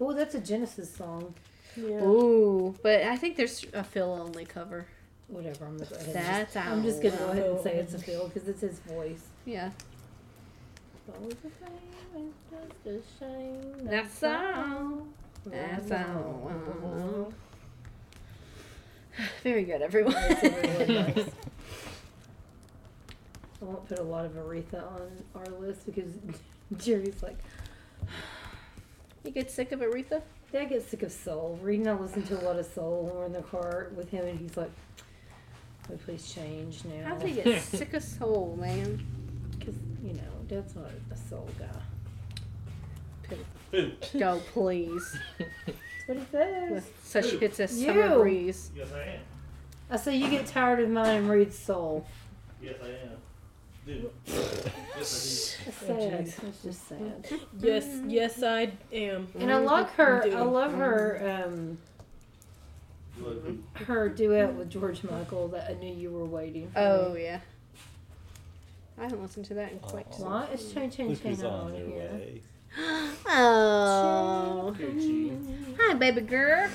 Oh, that's a Genesis song.
Yeah.
Ooh, but I think there's a Phil only cover.
Whatever. I'm gonna go ahead. and just-
That's out.
I'm just gonna go ahead and say it's a Phil because it's his voice.
Yeah. That's
That's
all. That's all. Very good, everyone.
I won't put a lot of Aretha on our list because Jerry's like,
you get sick of Aretha?
Dad gets sick of soul. Reed and I listen to a lot of soul when we're in the car with him, and he's like, "Will you please change now?"
How do you get sick of soul, man?
Because you know, Dad's not a soul guy.
Go, please.
That's what he says.
With such hits as
You.
Summer Breeze.
Yes, I am.
I say you get tired of mine and Reed's soul.
Yes, I am. Dude. yes,
That's sad. That's just sad.
Yes, yes, I am.
And I like her.
do.
I love her. Um,
I do. Look,
her duet with George Michael. That I knew you were waiting. For
Oh, yeah. I haven't listened to that in quite
Me. Why? It's change, change, change.
Lucy's
I
on
don't
their
hear.
way.
Oh.
Gucci.
Hi, baby girl.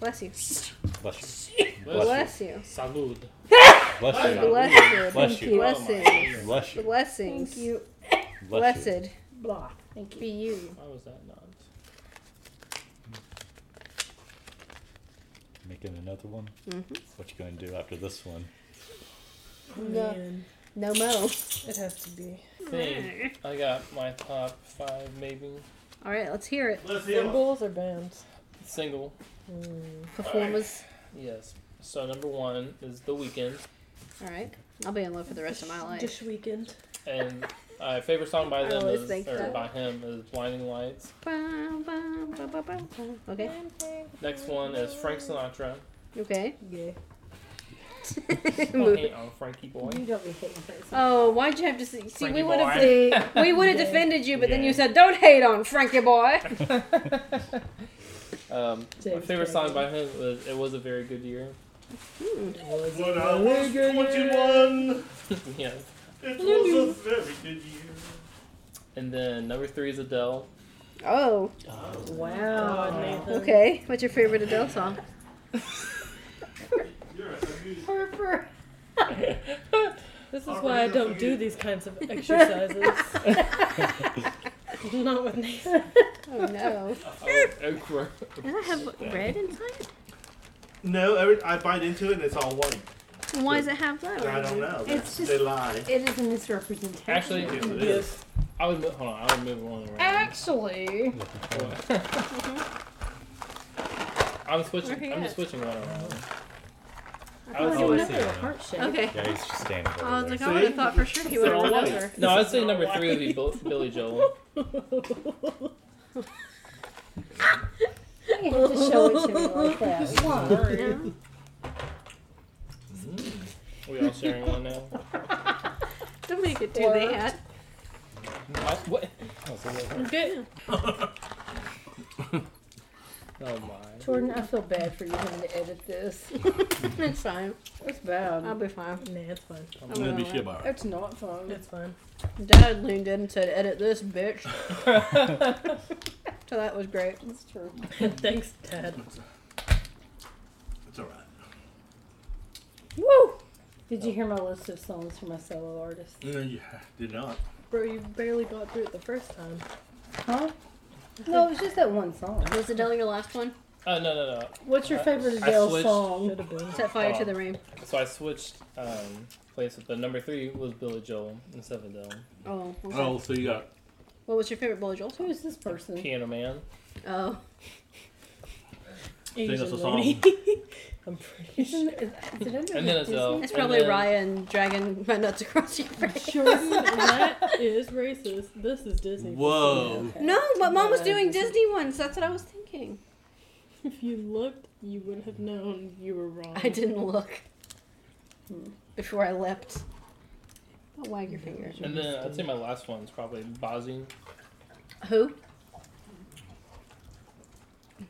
Bless you.
Bless you. Bless
Bless you.
Salud.
you. Bless you.
Bless you.
Bless
Blessings.
you. Bless you.
Blessings.
Thank you.
Bless you.
Blessed
Blah. Thank you.
be you.
Why was that not?
Making another one.
Mhm.
What you gonna do after this one?
No.
Mm. Man,
No mo.
it has to be.
Hey, I got my top five maybe.
All right, let's hear it.
Let's see.
Singles or bands? Mm.
Single.
Performance.
Yes. So number one is The Weeknd,
All right. I'll be in love for the rest of my life.
Dish weekend.
and my favorite song by
I
them
always
is,
think
or
that.
by him is Blinding Lights.
Bum, bum, bum, bum, bum, bum. Okay.
Next one is Frank Sinatra.
Okay.
Yeah.
Fucking on Frankie Boy.
You don't be hating Frank.
oh, why'd you have to see? See,
Frankie
we would have
boy.
See,
we would have defended you, but then you
Yeah.
said, "Don't hate on Frankie boy."
Um, my
James
favorite
Franco.
song by him was "It Was a Very Good Year."
When I was 21,
yes.
it was a very good year.
And then number three is Adele.
Oh,
God,
wow.
Nathan.
okay. What's your favorite Adele song?
You're a beauty.
Perper.
Oh,
This is
I'll
why I
read it
don't
for
do
you.
these kinds of exercises. Not with Nathan.
Oh no.
I was awkward.
And I have red inside.
No, every, I bite into it and it's all white.
Why does it have that?
I don't know.
It's
They lie.
It is a misrepresentation.
Actually,
Yes, it
yes.
is.
I would mo- hold on. I would move one around.
Actually.
I'm
Where he
switching. I'm just
at?
switching one around.
I thought you
would say-
Oh, I
would-
see. Yeah,
Heart shape.
Okay.
Yeah, he's just standing over
I was
there.
like,
See?
I would have thought for sure he would have
all
went
white.
over.
No, I'd say number three would be Bill- Billy Joel.
You have to show it to me like that. Why?
No?
We all sharing one now.
Nobody could do
Or-
that.
I, what?
Okay.
Oh my.
Jordan, I feel bad for you having to edit this.
It's fine.
That's bad.
I'll be fine.
Nah, it's fine.
I'm gonna be shit by her.
Um, That's not fun.
It's fine.
Dad leaned in and said, "Edit this, bitch." so that was great.
That's true.
Thanks, Dad.
It's alright.
Woo! Did you hear my list of songs for my solo artist?
No, you did not.
Bro, you barely got through it the first time.
Huh? No, it was just that one song.
Was Adele your last one?
Oh no no no.
What's your favorite
I
Adele
switched.
song?
Should have been.
Set fire
Oh.
to the rain.
So I switched um, places, but number three was Billy Joel instead of Adele.
Oh. okay.
Oh, so you got
What was your favorite Billy Joel
Who
song?
is this person?
Piano Man.
Oh.
Sing
Asian
us a song.
lady. I'm pretty sure.
Isn't, is, did I
And then Adele.
It's
And
probably
then-
Ryan dragging my nuts across your face.
Jordan, that is racist. This is Disney.
Whoa.
No, but mom was
Yeah,
doing
this is-
Disney ones. That's what I was thinking.
If you looked, you would have known you were wrong.
I didn't look Hmm. before I leapt. Don't wag your finger.
And then I'd say my last one's probably Bazine.
Who?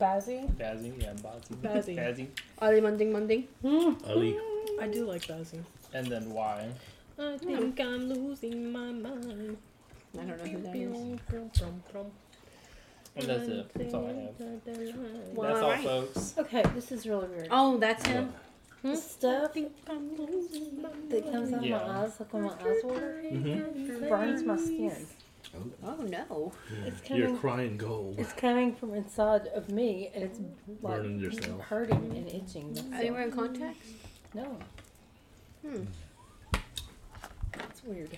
Bazzi?
Bazine, yeah, Bazine.
Bazzi.
Bazine.
Ollie Munding Munding.
Hmm?
Ali.
I do like Hmm. Bazzi.
And then Y.
I think I'm losing my mind.
I don't know who that is.
And that's it. That's all I have.
Well,
that's all,
alright.
folks.
Okay, this is really weird. Hmm?
Oh, that's him.
The stuff
I'm losing my mind.
that comes out
Yeah.
of my eyes, like when my eyes water, burns my skin.
Oh no.
Mm-hmm. It's
You're
coming.
crying gold.
It's coming from inside of me, and it's like
Burning yourself.
hurting and itching.
Are Oh, you wearing contacts?
No.
Hmm.
That's weird.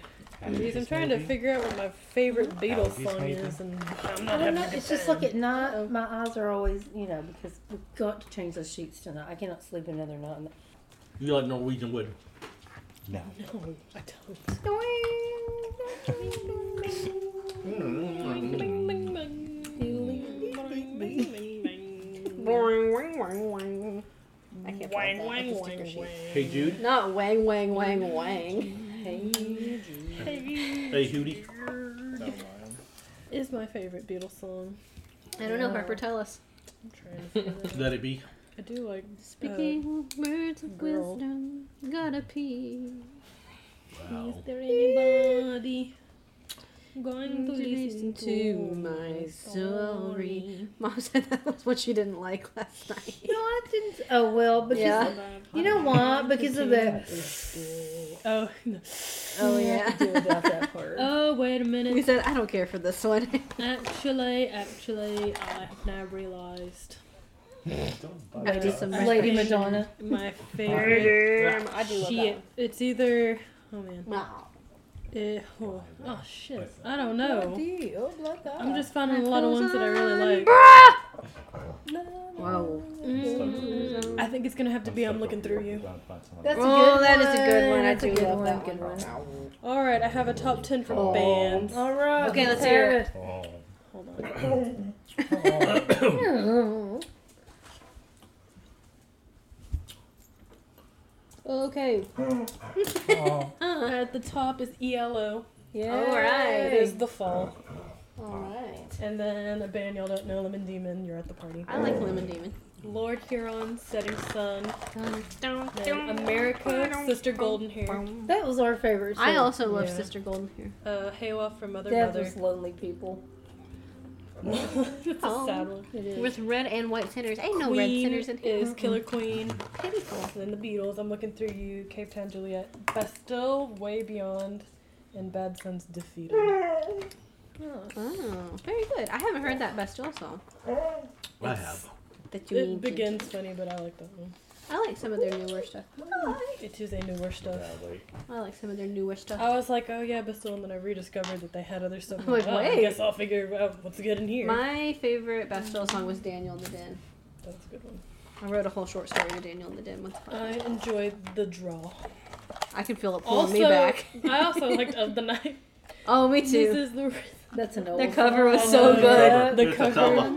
Jeez, "Oh, I'm trying to figure out what my favorite Beatles
Allergies,
song
maybe?
is, and I'm
I
not
don't
having
know.
a good
It's just
time.
like at night, my eyes are always, you know, because we've got to change those sheets tonight. I cannot sleep another night. in the-
You like Norwegian wood.
No.
No, I don't.
Mm-hmm.
Mm.
Wang wang wang wang. I can't find that. It's a sticker sheet.
Hey Jude.
Not wang wang wang wang.
Hey, Jude.
Hey Hootie.
No, Y.
Is my favorite Beatles song.
I don't know, Harper, tell us.
I'm trying to figure it out.
Let it be.
I do like uh,
Speaking words of
girl.
wisdom, gotta pee.
Is there anybody
Mm,
going to listen to my story?
Mom said that was what she didn't like last night.
No, I didn't. Oh well, because
Yeah.
you know why? Because of the.
Oh, no.
Oh,
Yeah, I
yeah.
could do without that part.
oh, wait a
We
minute.
said, I don't care for this one.
Actually, actually, I have now realised
I need some
Lady
refresh.
Madonna.
my favorite.
Damn, I do love
Shit, it's either. Oh man,
that. one.
Eh, oh, oh, shit. I don't know.
Bloody, oh, bloody.
I'm just finding a lot of ones that I really like.
Wow.
Mm. I think it's gonna have to be I'm looking through you.
That's a
Oh,
good
that is a good one. I
That's a
do
good
love
one,
that
good
one.
All right, I have a top ten for bands.
All right.
Okay, let's hear it.
Hold on.
Okay.
Uh, at the top is ELO.
Yeah.
All
It
right.
is the fall,
All right.
and then a band y'all don't know, Lemon Demon. You're at the party.
I like Lemon Demon.
Lord Huron, Setting Sun, then America, Sister Golden Hair,
That was our favorite.
I
show.
also love
Yeah.
Sister Golden Hair.
uh, Haywa from Mother
That
Mother.
was lonely people.
it's a
Oh.
sad one.
It is.
With red and white centers. Ain't no red
Queen
centers in here.
is Killer Queen,
pitiful.
and then the Beatles. I'm looking through you, Cape Town Juliet, Bastille, Way Beyond, and Bad Sons Defeated.
Oh, very good. I haven't heard that Bastille song.
I have.
That you mean
It
to.
begins funny, but I like that one.
I like some of their newer stuff.
It is a newer stuff.
I like some of their newer stuff.
I was like, oh yeah, Bastille, and then I rediscovered that they had other stuff.
I'm like,
oh, I
wait.
guess I'll figure out what's good in here.
My favorite Bastille song was Daniel in the Den.
That's a good one.
I wrote a whole short story to Daniel in the Den once. upon a
I
time.
enjoyed the draw.
I can feel it pulling
Also,
me back.
I also liked Of the Night.
Oh, me
This
too.
is the
That's an old.
Their cover was
I
so
know.
good.
the cover.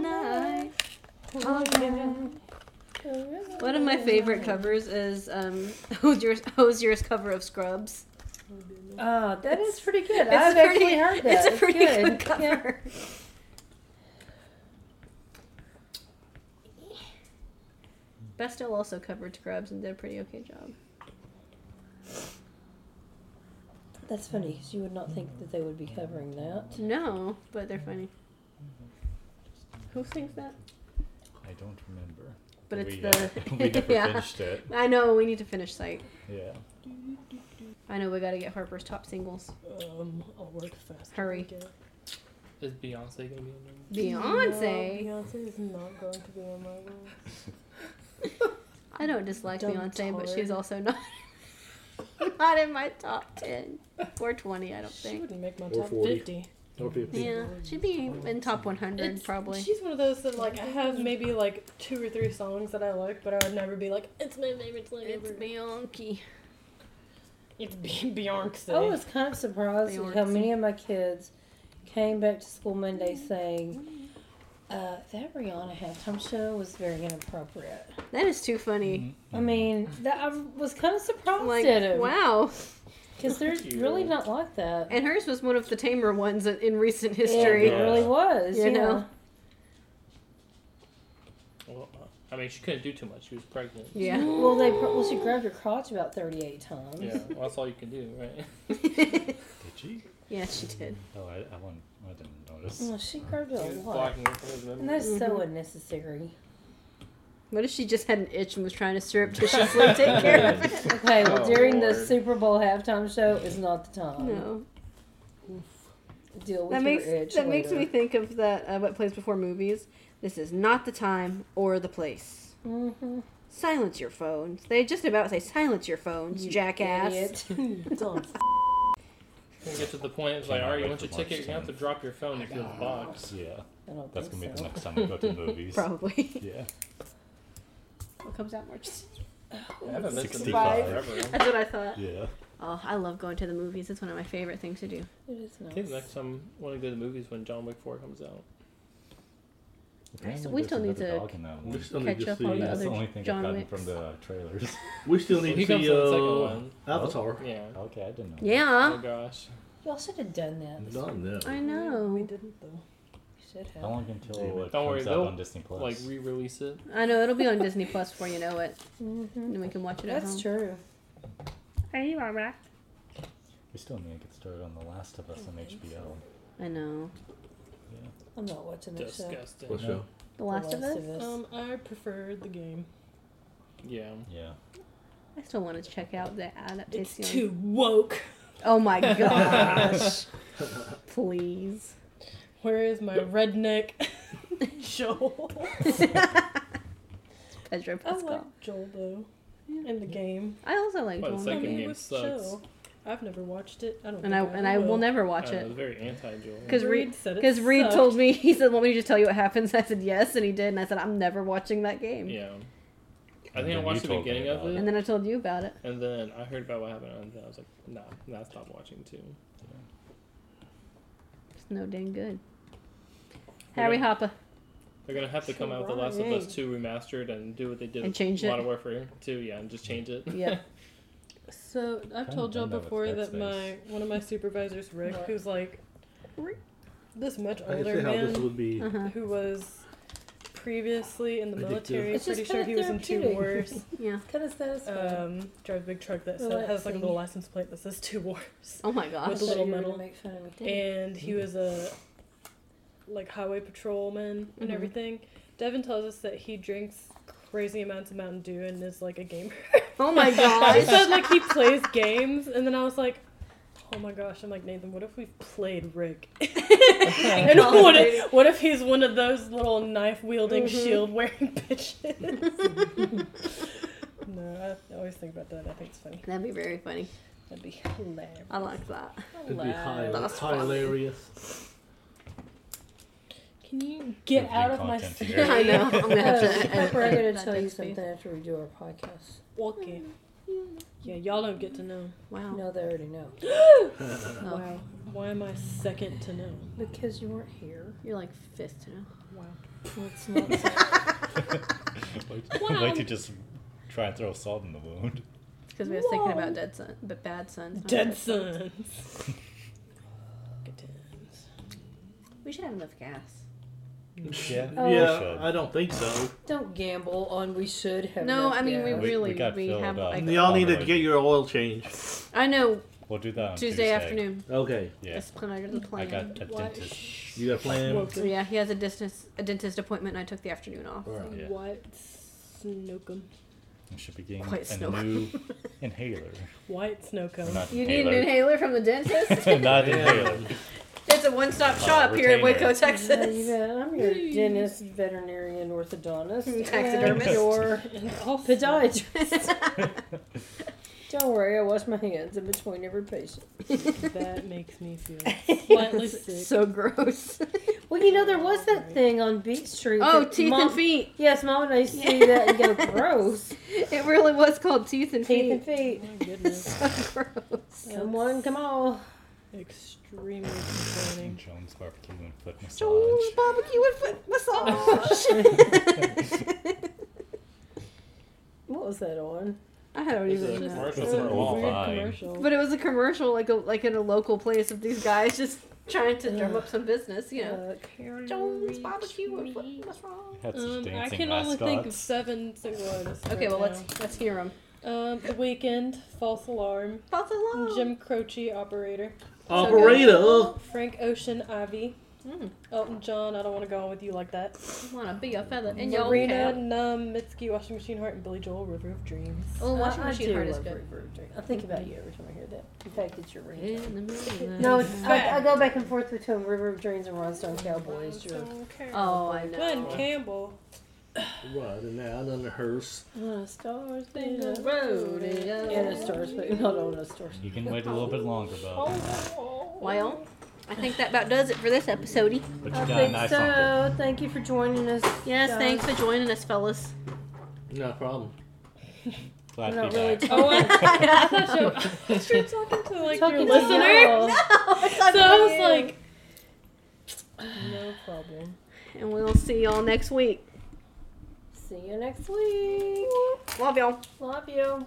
One of my favorite covers is um, Hosier's, Hosier's cover of Scrubs.
Ah, that is pretty good.
It's
I've
a pretty-
actually heard that.
It's a pretty good,
Yeah.
cover. Bastille also covered Scrubs and did a pretty okay job.
That's funny because you would not think that they would be covering that.
No, but they're funny. Who sings that?
I don't remember.
But it's
we,
the
Uh, we never
yeah.
finished it.
I know we need to finish sight.
Yeah.
I know we got to get Harper's top singles.
Um, I'll work fast.
Hurry.
Is Beyonce gonna be in there?
Beyonce.
No, Beyonce is not going to be on my list.
I don't dislike
Dumb
Beyonce, but
tard.
she's also not not in my top ten or twenty. I don't
She
think.
wouldn't make my
Or
top
40.
50.
Or 50.
Yeah, she'd be in top one hundred
It's-
probably.
She's one of those that like I have maybe like two or three songs that I like, but I would never be like it's my favorite song
It's
ever.
Bianchi.
It's Be- Beyonce.
I was kind of surprised at how many of my kids came back to school Monday
Mm.
saying uh, that Rihanna halftime show was very inappropriate.
That is too funny.
I mean, that I was kind of surprised
Like,
at it
wow.
because they're
Cute.
really not like that.
And hers was one of the tamer ones in- in recent
It
history.
Yeah.
really was,
You
you know.
know?
Well, uh, I mean, she couldn't do too much. She was pregnant.
Yeah.
Well, they pro- well she grabbed her crotch about thirty-eight times.
Yeah, well, that's all you can do, right?
Did she?
yes, she did.
Oh, I, I, won't, I didn't notice.
Mm.
Oh, she grabbed it
She
a
was
lot,
blocking her from his
and
memory.
that's
Mm-hmm.
so unnecessary.
What if she just had an itch and was trying to surreptitiously take care of it?
Okay, well,
Oh,
during the
Lord.
Super Bowl halftime show is not the time.
No.
Deal with
That
your
makes
itch
that makes
later.
me think of that uh, what plays before movies. This is not the time or the place.
Mhm.
Silence your phones. They just about say silence your phones,
You
jackass.
idiot.
Dumb.
You get to the point, it's like,
Cannot
all right, you
wait
want your
for March
ticket, you're gonna have to
10th.
drop your phone into the box.
Yeah.
I don't
That's
think
gonna be the
so.
next time we go to the movies.
Probably.
Yeah.
what comes out March?
I haven't been to the
65.
movies forever.
That's what I thought.
Yeah.
Oh, I love going to the movies. It's one of my favorite things to do.
It is
I think the
nice.
next time I want to go to the movies when John Wick 4 comes out.
Apparently
we
there's
still need
another
to
dog in that one.
We still need
Catch
to
up on
see.
the
That's
other
the only thing
John
I've gotten
Wicks.
from the trailers.
We still
Well,
need
he
to
comes E
see
in the second
uh,
one.
Avatar.
Yeah.
Okay, I didn't know.
Oh
Yeah,
gosh.
Y'all should have done that. This
Not now.
I
We
know.
didn't though.
should
How
have.
long until it comes
Don't worry,
out
they'll,
on Disney Plus?
Like re-release it.
I know it'll be on Disney Plus before you know it,
Mm-hmm.
and then we can watch it at
That's
home.
true.
Are you alright?
we still need to get started on The Last of Us on HBO.
I know.
I'm not watching that show.
Disgusting.
What show?
The Last, of Us.
Um, I preferred the game.
Yeah.
Yeah.
I still want to check out the
It's
adaptation.
too woke.
Oh my gosh! Please.
Where is my redneck Joel?
Pedro
I
Pascal. Oh,
like Joel though. In the game.
I also like
Well, the
John
I
second
Wick.
mean,
game
with
sucks.
Joel. I've never watched it. I don't.
and I
think
and I will never watch
I was
it
Uh, very anti Joel.
because Reed
said it
because Reed
sucked.
told me he said, "Let me to just tell you what happens." I said yes, and he did, and I said, "I'm never watching that game."
Yeah. I
And
think I
then you
watched the
told me
beginning of
about
it,
it.
And then I told you about it.
and then I heard about what happened, and then I was like, nah, nah, I stopped watching too.
It's no dang good. Harry
Yeah.
Hopper.
They're gonna have to come out with The Last of Us 2 remastered and do what they did
And
with
change it.
Modern Warfare 2, yeah, and just change it.
Yep.
So I've
Kinda
told y'all
done that with
before
Dead
that
Space.
my one of my supervisors, Rick,
What?
who's like
Rick.
this much
I can see
older
how this
man
would be.
Uh-huh.
who was previously in the
Addictive.
military.
It's just
Pretty sure
kinda
he was in two
therapeutic.
wars.
Yeah.
Kind of satisfying.
uh,
Um, drove a big truck that said, has like a little license plate that says two wars.
Oh my
I
gosh.
with a
thought
little
you were
metal.
gonna make fun of me.
and he was a like highway patrolman and
Mhm.
everything. Devin tells us that he drinks crazy amounts of Mountain Dew and is like a gamer.
Oh my
he
gosh.
said like he plays games, and then I was like, oh my gosh! I'm like Nathan, what if we played Rick? and what if, what if he's one of those little knife wielding,
Mm-hmm.
shield wearing bitches? no, I always think about that. I think it's funny.
That'd be very funny.
That'd be hilarious.
I like that.
It'd be hi-
That's funny. Oh.
hilarious.
Can you get
Riveting
out of my
content
face?
here.
I know. I'm gonna have to. edit-
Pepper, I gotta
edit that
tell you
next week.
something after we do our podcast.
Okay. Yeah, y'all don't get to know.
Wow.
No, they already know.
Oh,
Wow. Why am I second to know?
Because you weren't here.
You're like fifth now.
Wow.
Let's not say
Like,
Wow.
like to just try and throw salt in the wound.
Because we was thinking
Whoa.
about dead son, but bad sons. not
Dead
Bad Sons.
sons. Good times.
We should have enough gas.
Yeah.
yeah, I don't think so.
Don't gamble on we should have.
No,
enough
I mean we
gas.
We-
really
we got filled
have.
up.
Like,
Yeah.
Y'all need to get your oil changed.
I know
We'll do that on
Tuesday,
Tuesday
afternoon.
Okay,
Yeah.
That's kind of the
I
plan.
got a
Why-
dentist.
you got a plan?
Woke
So
up.
yeah, he has a dentist a dentist appointment. and I took the afternoon off.
Alright.
Yeah.
What? Snookum.
We should be getting
Quite
a
snow.
new inhaler.
White
Or
snowcone.
not
You need an
inhaler.
inhaler from the dentist.
not
Yeah.
inhaler.
it's a one stop
Uh,
shop here in
retainer.
Waco,
Yeah, you
Texas.
bet. I'm your dentist, veterinarian, orthodontist, and
Taxidermist.
your
Also-
podiatrist. Don't worry, I wash my hands in between every patient.
that makes me feel slightly sick.
so gross.
Well, you know there was that thing on Beach Street.
Oh,
that
teeth
Mom-
and feet.
Yes, mom and I used to see
Yeah.
that and go gross.
It really was called teeth and
Teeth and
feet.
feet.
My goodness.
so gross.
Come one, come all.
Extremely concerning.
Jones barbecue and foot
Joel's
massage.
barbecue and foot massage.
What was that on?
I don't
It's
even
a
know.
commercial
That's
for
an
oil.
old
Weird
vine.
commercial.
But it was a commercial, like a like in a local place of these guys just trying to drum up some business, you know.
Uh,
Jones barbecue and foot massage.
Had such
Um, I
dancing
can only think of
mascots.
seven single artists.
Okay,
right
well let's
now.
let's hear them.
Um, The Weekend, False Alarm,
False alarm.
Jim Croce, Operator,
Operator!
Frank Ocean, Ivy,
Hmm.
Mm,
Elton John, I don't want to go on with you like that.
wanna be a feather in your
Marina,
cap.
Numb, Mitski, Washing Machine Heart, and Billy Joel, River of Dreams.
Oh,
I-
washing
I
machine
do
heart is
love
good.
Root Beer. I think about you every time I hear that. In fact, it's your ringtone.
In the middle of-
No, it's, I, I go back and forth between River of Dreams and Rhinestone Cowboys. Your,
Oh, I know.
Glenn Campbell.
Riding out on the hearse.
the stars they
Rodeo.
Yeah, the stars, but not on the stars.
You can wait a little bit longer, Bob.
Well, I think that about does it for this episode.
But you
I
got a
think
nice uncle.
so. Thank you for joining us.
Yes,
guys.
thanks for joining us, fellas.
No problem.
Glad
I'm
to be
not
back.
really
Oh, I, I thought you were talking to like
talking
your
to
listener.
y'all.
So I was like, no problem.
And we'll see y'all next week.
See you next week.
Love y'all.
Love you.